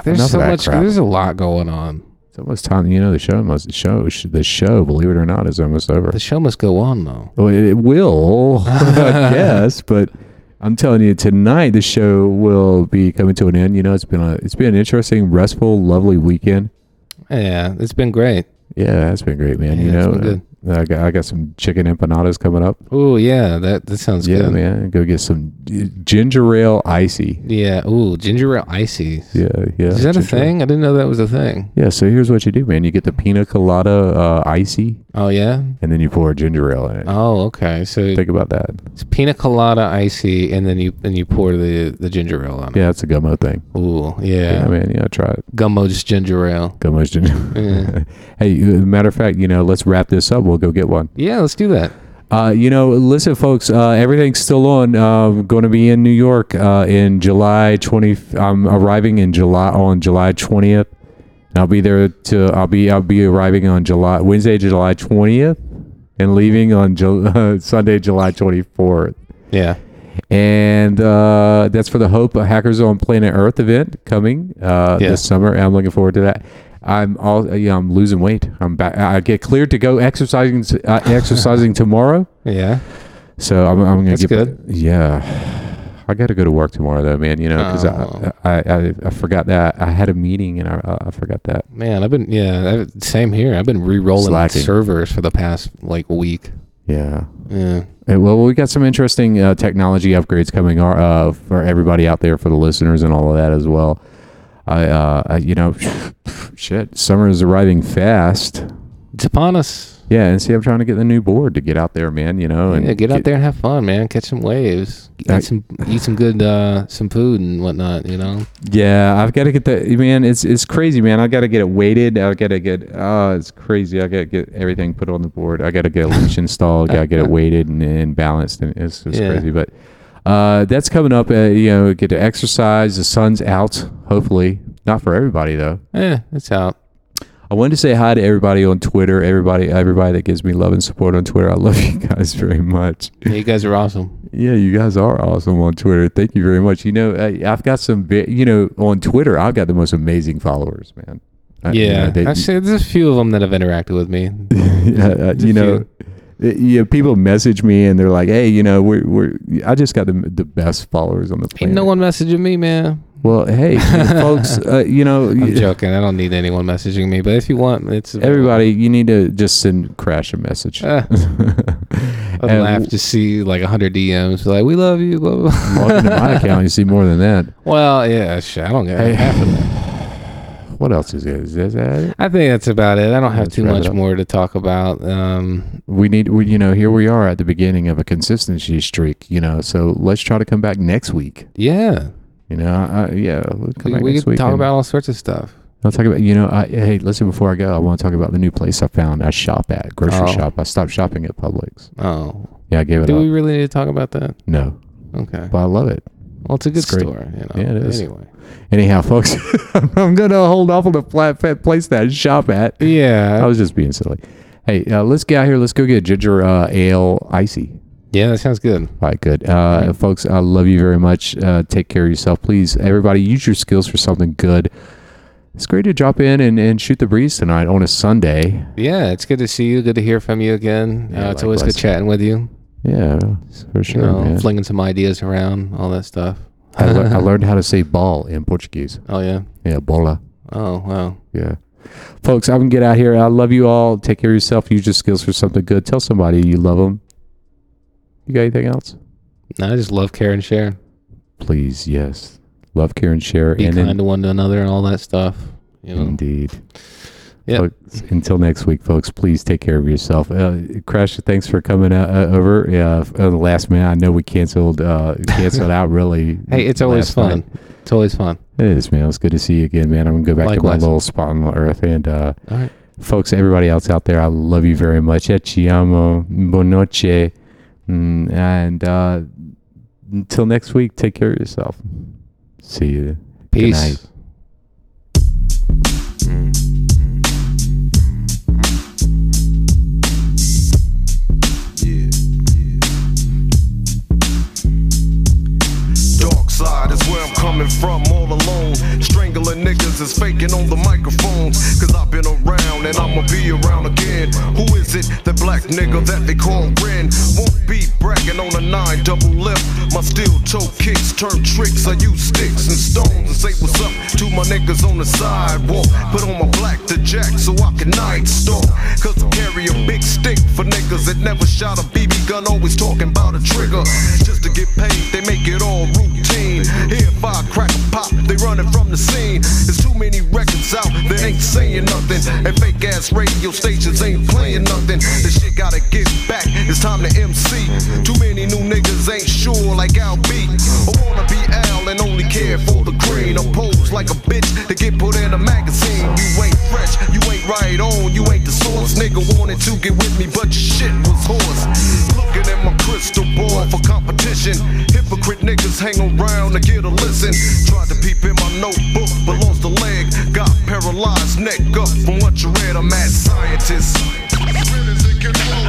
S2: There's
S1: Enough
S2: so
S1: of that
S2: much.
S1: crap.
S2: There's a lot going on.
S1: It's almost time. You know, the show must show the show. Believe it or not, is almost over.
S2: The show must go on though.
S1: Well, it it
S2: *laughs*
S1: will, *laughs* I guess, but I'm telling you, tonight the show will be coming to an end. You know, it's been a, it's been an interesting, restful, lovely weekend.
S2: Yeah, it's been great.
S1: Yeah, that's been great, man.
S2: Yeah,
S1: you
S2: it's
S1: know, Uh,
S2: been
S1: I got I got some chicken empanadas coming up.
S2: Oh yeah, that that sounds
S1: yeah,
S2: good.
S1: man, go get some g- ginger ale icy.
S2: Yeah. Ooh, ginger ale icy.
S1: Yeah, yeah.
S2: Is that a
S1: ginger ale.
S2: thing? I didn't know that was a thing.
S1: Yeah. So here's what you do, man. You get the pina colada uh, icy,
S2: Oh yeah.
S1: and then you pour ginger ale in it.
S2: Oh okay. So
S1: Think about that.
S2: it's pina colada icy, and then you and you pour the the ginger ale on it.
S1: Yeah, it's a gummo thing.
S2: Ooh
S1: Yeah,
S2: yeah.
S1: man. Yeah, try it.
S2: Gumbo just ginger ale.
S1: Gummo's ginger.
S2: Yeah.
S1: *laughs* Hey, you- matter of fact, you know, let's wrap this up. We'll go get one.
S2: yeah, let's do that.
S1: Uh, you know, listen, folks, uh, everything's still on. Uh, going to be in New York uh, in July 20. I'm arriving in July on July 20th. I'll be there to. I'll be. I'll be arriving on July Wednesday, July 20th, and leaving on Ju- *laughs* Sunday, July 24th.
S2: Yeah.
S1: And uh, that's for the Hope of Hackers on Planet Earth event coming uh,
S2: Yeah.
S1: this summer. and I'm looking forward to that. I'm all uh, yeah, I'm losing weight. I'm back. I get cleared to go exercising uh, exercising *laughs* tomorrow.
S2: Yeah.
S1: So I'm, I'm gonna
S2: That's
S1: get
S2: good.
S1: yeah. I got to go to work tomorrow though, man. You know, because
S2: Oh.
S1: I, I, I I forgot that I had a meeting and I I forgot that.
S2: Man, I've been yeah. I, same here. I've been re-rolling
S1: Slacking.
S2: servers for the past like week.
S1: Yeah.
S2: Yeah.
S1: Uh, Well, we got some interesting uh, technology upgrades coming our, uh, for everybody out there, for the listeners and all of that as well. I, uh, I you know, *laughs* shit, summer is arriving fast.
S2: It's upon us.
S1: Yeah, and see, I'm trying to get the new board to get out there, man. You know, and
S2: yeah, get, out there and have fun, man. Catch some waves. Eat
S1: I-
S2: some eat some good uh, some food and whatnot. You know.
S1: Yeah, I've got to get that. Man, it's it's crazy, man. I got to get it weighted. I got to get. Oh, it's crazy. I got to get everything put on the board. I got to get a leash installed. Got to get it weighted and, and balanced, and it's just
S2: Yeah.
S1: crazy. But uh, that's coming up. Uh, you know, get to exercise. The sun's out. Hopefully, not for everybody though.
S2: Yeah, it's out.
S1: I wanted to say hi to everybody on Twitter. Everybody, everybody that gives me love and support on Twitter. I love *laughs* you guys very much.
S2: Yeah, you guys are
S1: *laughs*
S2: awesome.
S1: Yeah, you guys are awesome on Twitter. Thank you very much. You know, I, I've got some, ve- you know, on Twitter, I've got the most amazing followers, man. I- you
S2: yeah,
S1: know, they- *laughs*
S2: I see. There's a few of them that have interacted with me.
S1: yeah, uh,
S2: There's a
S1: you know, it- yeah, people message me and they're like, "Hey, you know, we're we're I just got the the best followers on the
S2: Ain't
S1: planet."
S2: no one messaging me, man.
S1: well,
S2: *laughs*
S1: hey, folks, uh, you know,
S2: I'm
S1: y-
S2: joking. I don't need anyone messaging me, but if you want,
S1: *laughs*
S2: it's
S1: everybody, you need to just send Crash a message. *laughs*
S2: Uh, I
S1: And
S2: laugh to see like 100 DMs like, "We love you." Blah, blah, blah.
S1: log into my account, you see more than
S2: *laughs*
S1: that.
S2: Well, yeah, shit, I don't get
S1: Hey.
S2: half of that.
S1: What else is it? Is that it?
S2: I think that's about it. I don't have
S1: Let's
S2: too
S1: wrap it
S2: much
S1: up.
S2: more to talk about. Um,
S1: we need we, you know here we are at the beginning of a consistency streak you know so let's try to come back next week
S2: yeah,
S1: you know I, I- yeah we'll come
S2: we,
S1: back
S2: we
S1: next
S2: could
S1: week
S2: talk
S1: and
S2: about all sorts of stuff.
S1: i'll talk about you know I, hey listen before i go i want to talk about the new place i found i shop at grocery
S2: Oh.
S1: shop i stopped shopping at publix
S2: Oh,
S1: yeah i gave it
S2: do
S1: up
S2: we really need to talk about that?
S1: no
S2: Okay.
S1: uh, but i love it
S2: Well, it's a good
S1: It's great.
S2: store. You know.
S1: Yeah, it is.
S2: Anyway.
S1: anyhow folks *laughs* i'm gonna hold off on the flat fat place that i shop at i
S2: Yeah.
S1: was just being silly hey uh, let's get out here let's go get ginger uh, ale icy
S2: Yeah, that sounds good.
S1: All right, good. Uh, Folks, I love you very much. Uh, take care of yourself. Please, everybody, use your skills for something good. It's great to drop in and, and shoot the breeze tonight on a Sunday.
S2: Yeah, it's good to see you. Good to hear from you again.
S1: Yeah,
S2: uh, it's always good
S1: likewise.
S2: chatting with you.
S1: Yeah, for sure,
S2: you know,
S1: man.
S2: flinging some ideas around, all that stuff.
S1: I, lear-
S2: *laughs*
S1: I learned how to say ball in Portuguese.
S2: Oh yeah.
S1: Yeah, bola.
S2: Oh wow.
S1: Yeah. Folks, I'm going to get out here. I love you all. Take care of yourself. Use your skills for something good. Tell somebody you love them. You got anything else?
S2: No, I just love care and share.
S1: Please, yes. Love, care, and share.
S2: Be
S1: and
S2: kind
S1: in-
S2: to one to another and all that stuff. You know.
S1: Indeed.
S2: Yeah.
S1: Folks, until next week, folks, please take care of yourself. Uh, Crash, thanks for coming uh, uh, over. Yeah, f- uh, the last minute, I know we canceled uh,
S2: *laughs*
S1: canceled out really.
S2: Hey, it's always
S1: last
S2: fun.
S1: night.
S2: It's always fun.
S1: It is, man. It's good to see you again, man. I'm gonna go back to
S2: Likewise.
S1: my little spot on the earth, and uh,
S2: All right.
S1: folks, everybody else out there, I love you very much. Eh, Ci amo, buonoche, Mm, and uh, until next week, take care of yourself. See you.
S2: Peace.
S1: night.
S3: Dark side is where I'm coming from. friends is faking on the microphones. Cause I've been around and I'ma be around again. Who is it, that black nigga that they call Ren? Won't be bragging on a nine double lip. My steel toe kicks turn tricks. I use sticks and stones and say what's up to my niggas on the sidewalk. Put on my black to jack so I can night stalk. Cause I carry a big stick for niggas that never shot a BB gun, always talking about a trigger. Just to get paid, they make it all routine. Here, if I crack a pop, they running from the scene. There's too many records out that ain't saying nothing. And fake ass radio stations ain't playing nothing. This shit gotta get back, it's time to MC. Too many new niggas ain't sure like Al B. I wanna be Al and only care for the green. I'm posed like a bitch to get put in a magazine. You ain't fresh, you ain't right on, you ain't the source. Nigga wanted to get with me, but your shit was horse. Looking at my crystal ball for competition. Hypocrite niggas hang around to get a listen. Tried to peep in my notebook, but lost a leg. Got paralyzed, neck up from what you read. I'm mad scientist. Real as it can blow.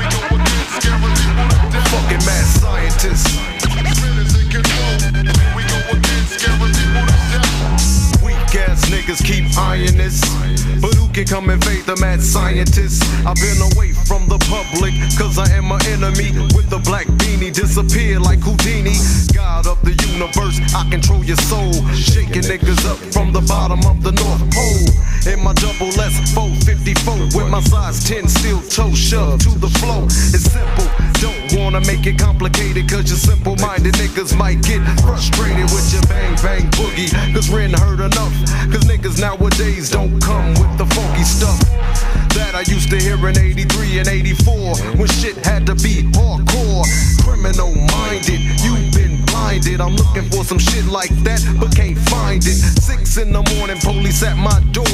S3: We go against guaranteed what I'm Fucking mad scientist. Real as it can blow. We go against guaranteed what I'm Weak ass niggas keep eyeing this. But who can come invade the mad scientist? I've been away from the public, cause I am my enemy. With the black beanie, disappear like Houdini. God of the universe, I control your soul. Shaking niggas up from the bottom of the North Pole. In my double S 454, with my size 10 steel toe shoved to the floor. It's simple, don't wanna make it complicated, cause you simple minded niggas might get frustrated with your bang bang boogie. Cause Ren heard enough, cause niggas nowadays don't come with the funky stuff that I used to hear in 83 and 84 when shit had to be hardcore. Criminal minded, you've been blinded. I'm looking for some shit like that, but can't find it. Six in the morning, police at my door.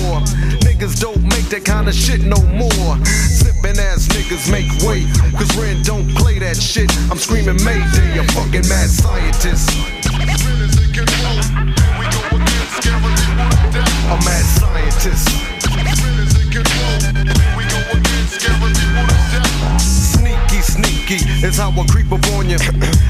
S3: Niggas don't make that kind of shit no more. Sippin' ass niggas make way, cause Ren don't play that shit. I'm screaming Mayday, a fucking mad scientist. A mad scientist. Sneaky, sneaky is how I creep up on you.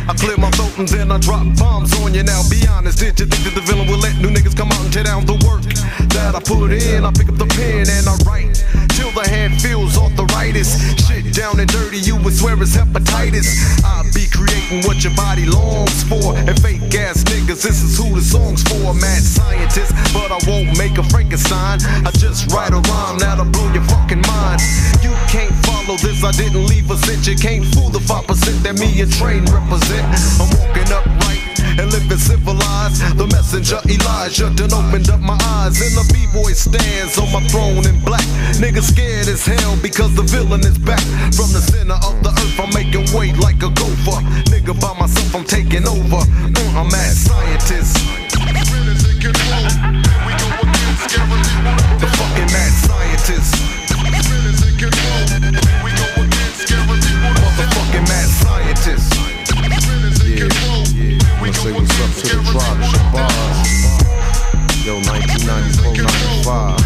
S3: I clear my throat and then I drop bombs on you. Now be honest, did you think that the villain would let new niggas come out and tear down the work that I put in? I pick up the pen and I write till the hand feels arthritis. Shit down and dirty, you would swear it's hepatitis. I be creating what your body longs for. And fake ass niggas, this is who the song's for. Mad scientist, but I won't make a Frankenstein. I just write a rhyme that'll blow your fucking mind. You can't follow this, I didn't leave a cent. You can't fool the 5% that me and Train represent. I'm walking upright and living civilized. The messenger Elijah done opened up my eyes, and the b-boy stands on my throne in black. Niggas scared as hell because the villain is back from the center of the earth. I'm making way like a gopher. Nigga by myself, I'm taking over. Mm, I'm mad scientist. The fucking mad scientist. Motherfucking mad scientist.
S4: Yeah, yeah. Wanna say what's up to the tribe, Shabazz. Yo, 1994, 95.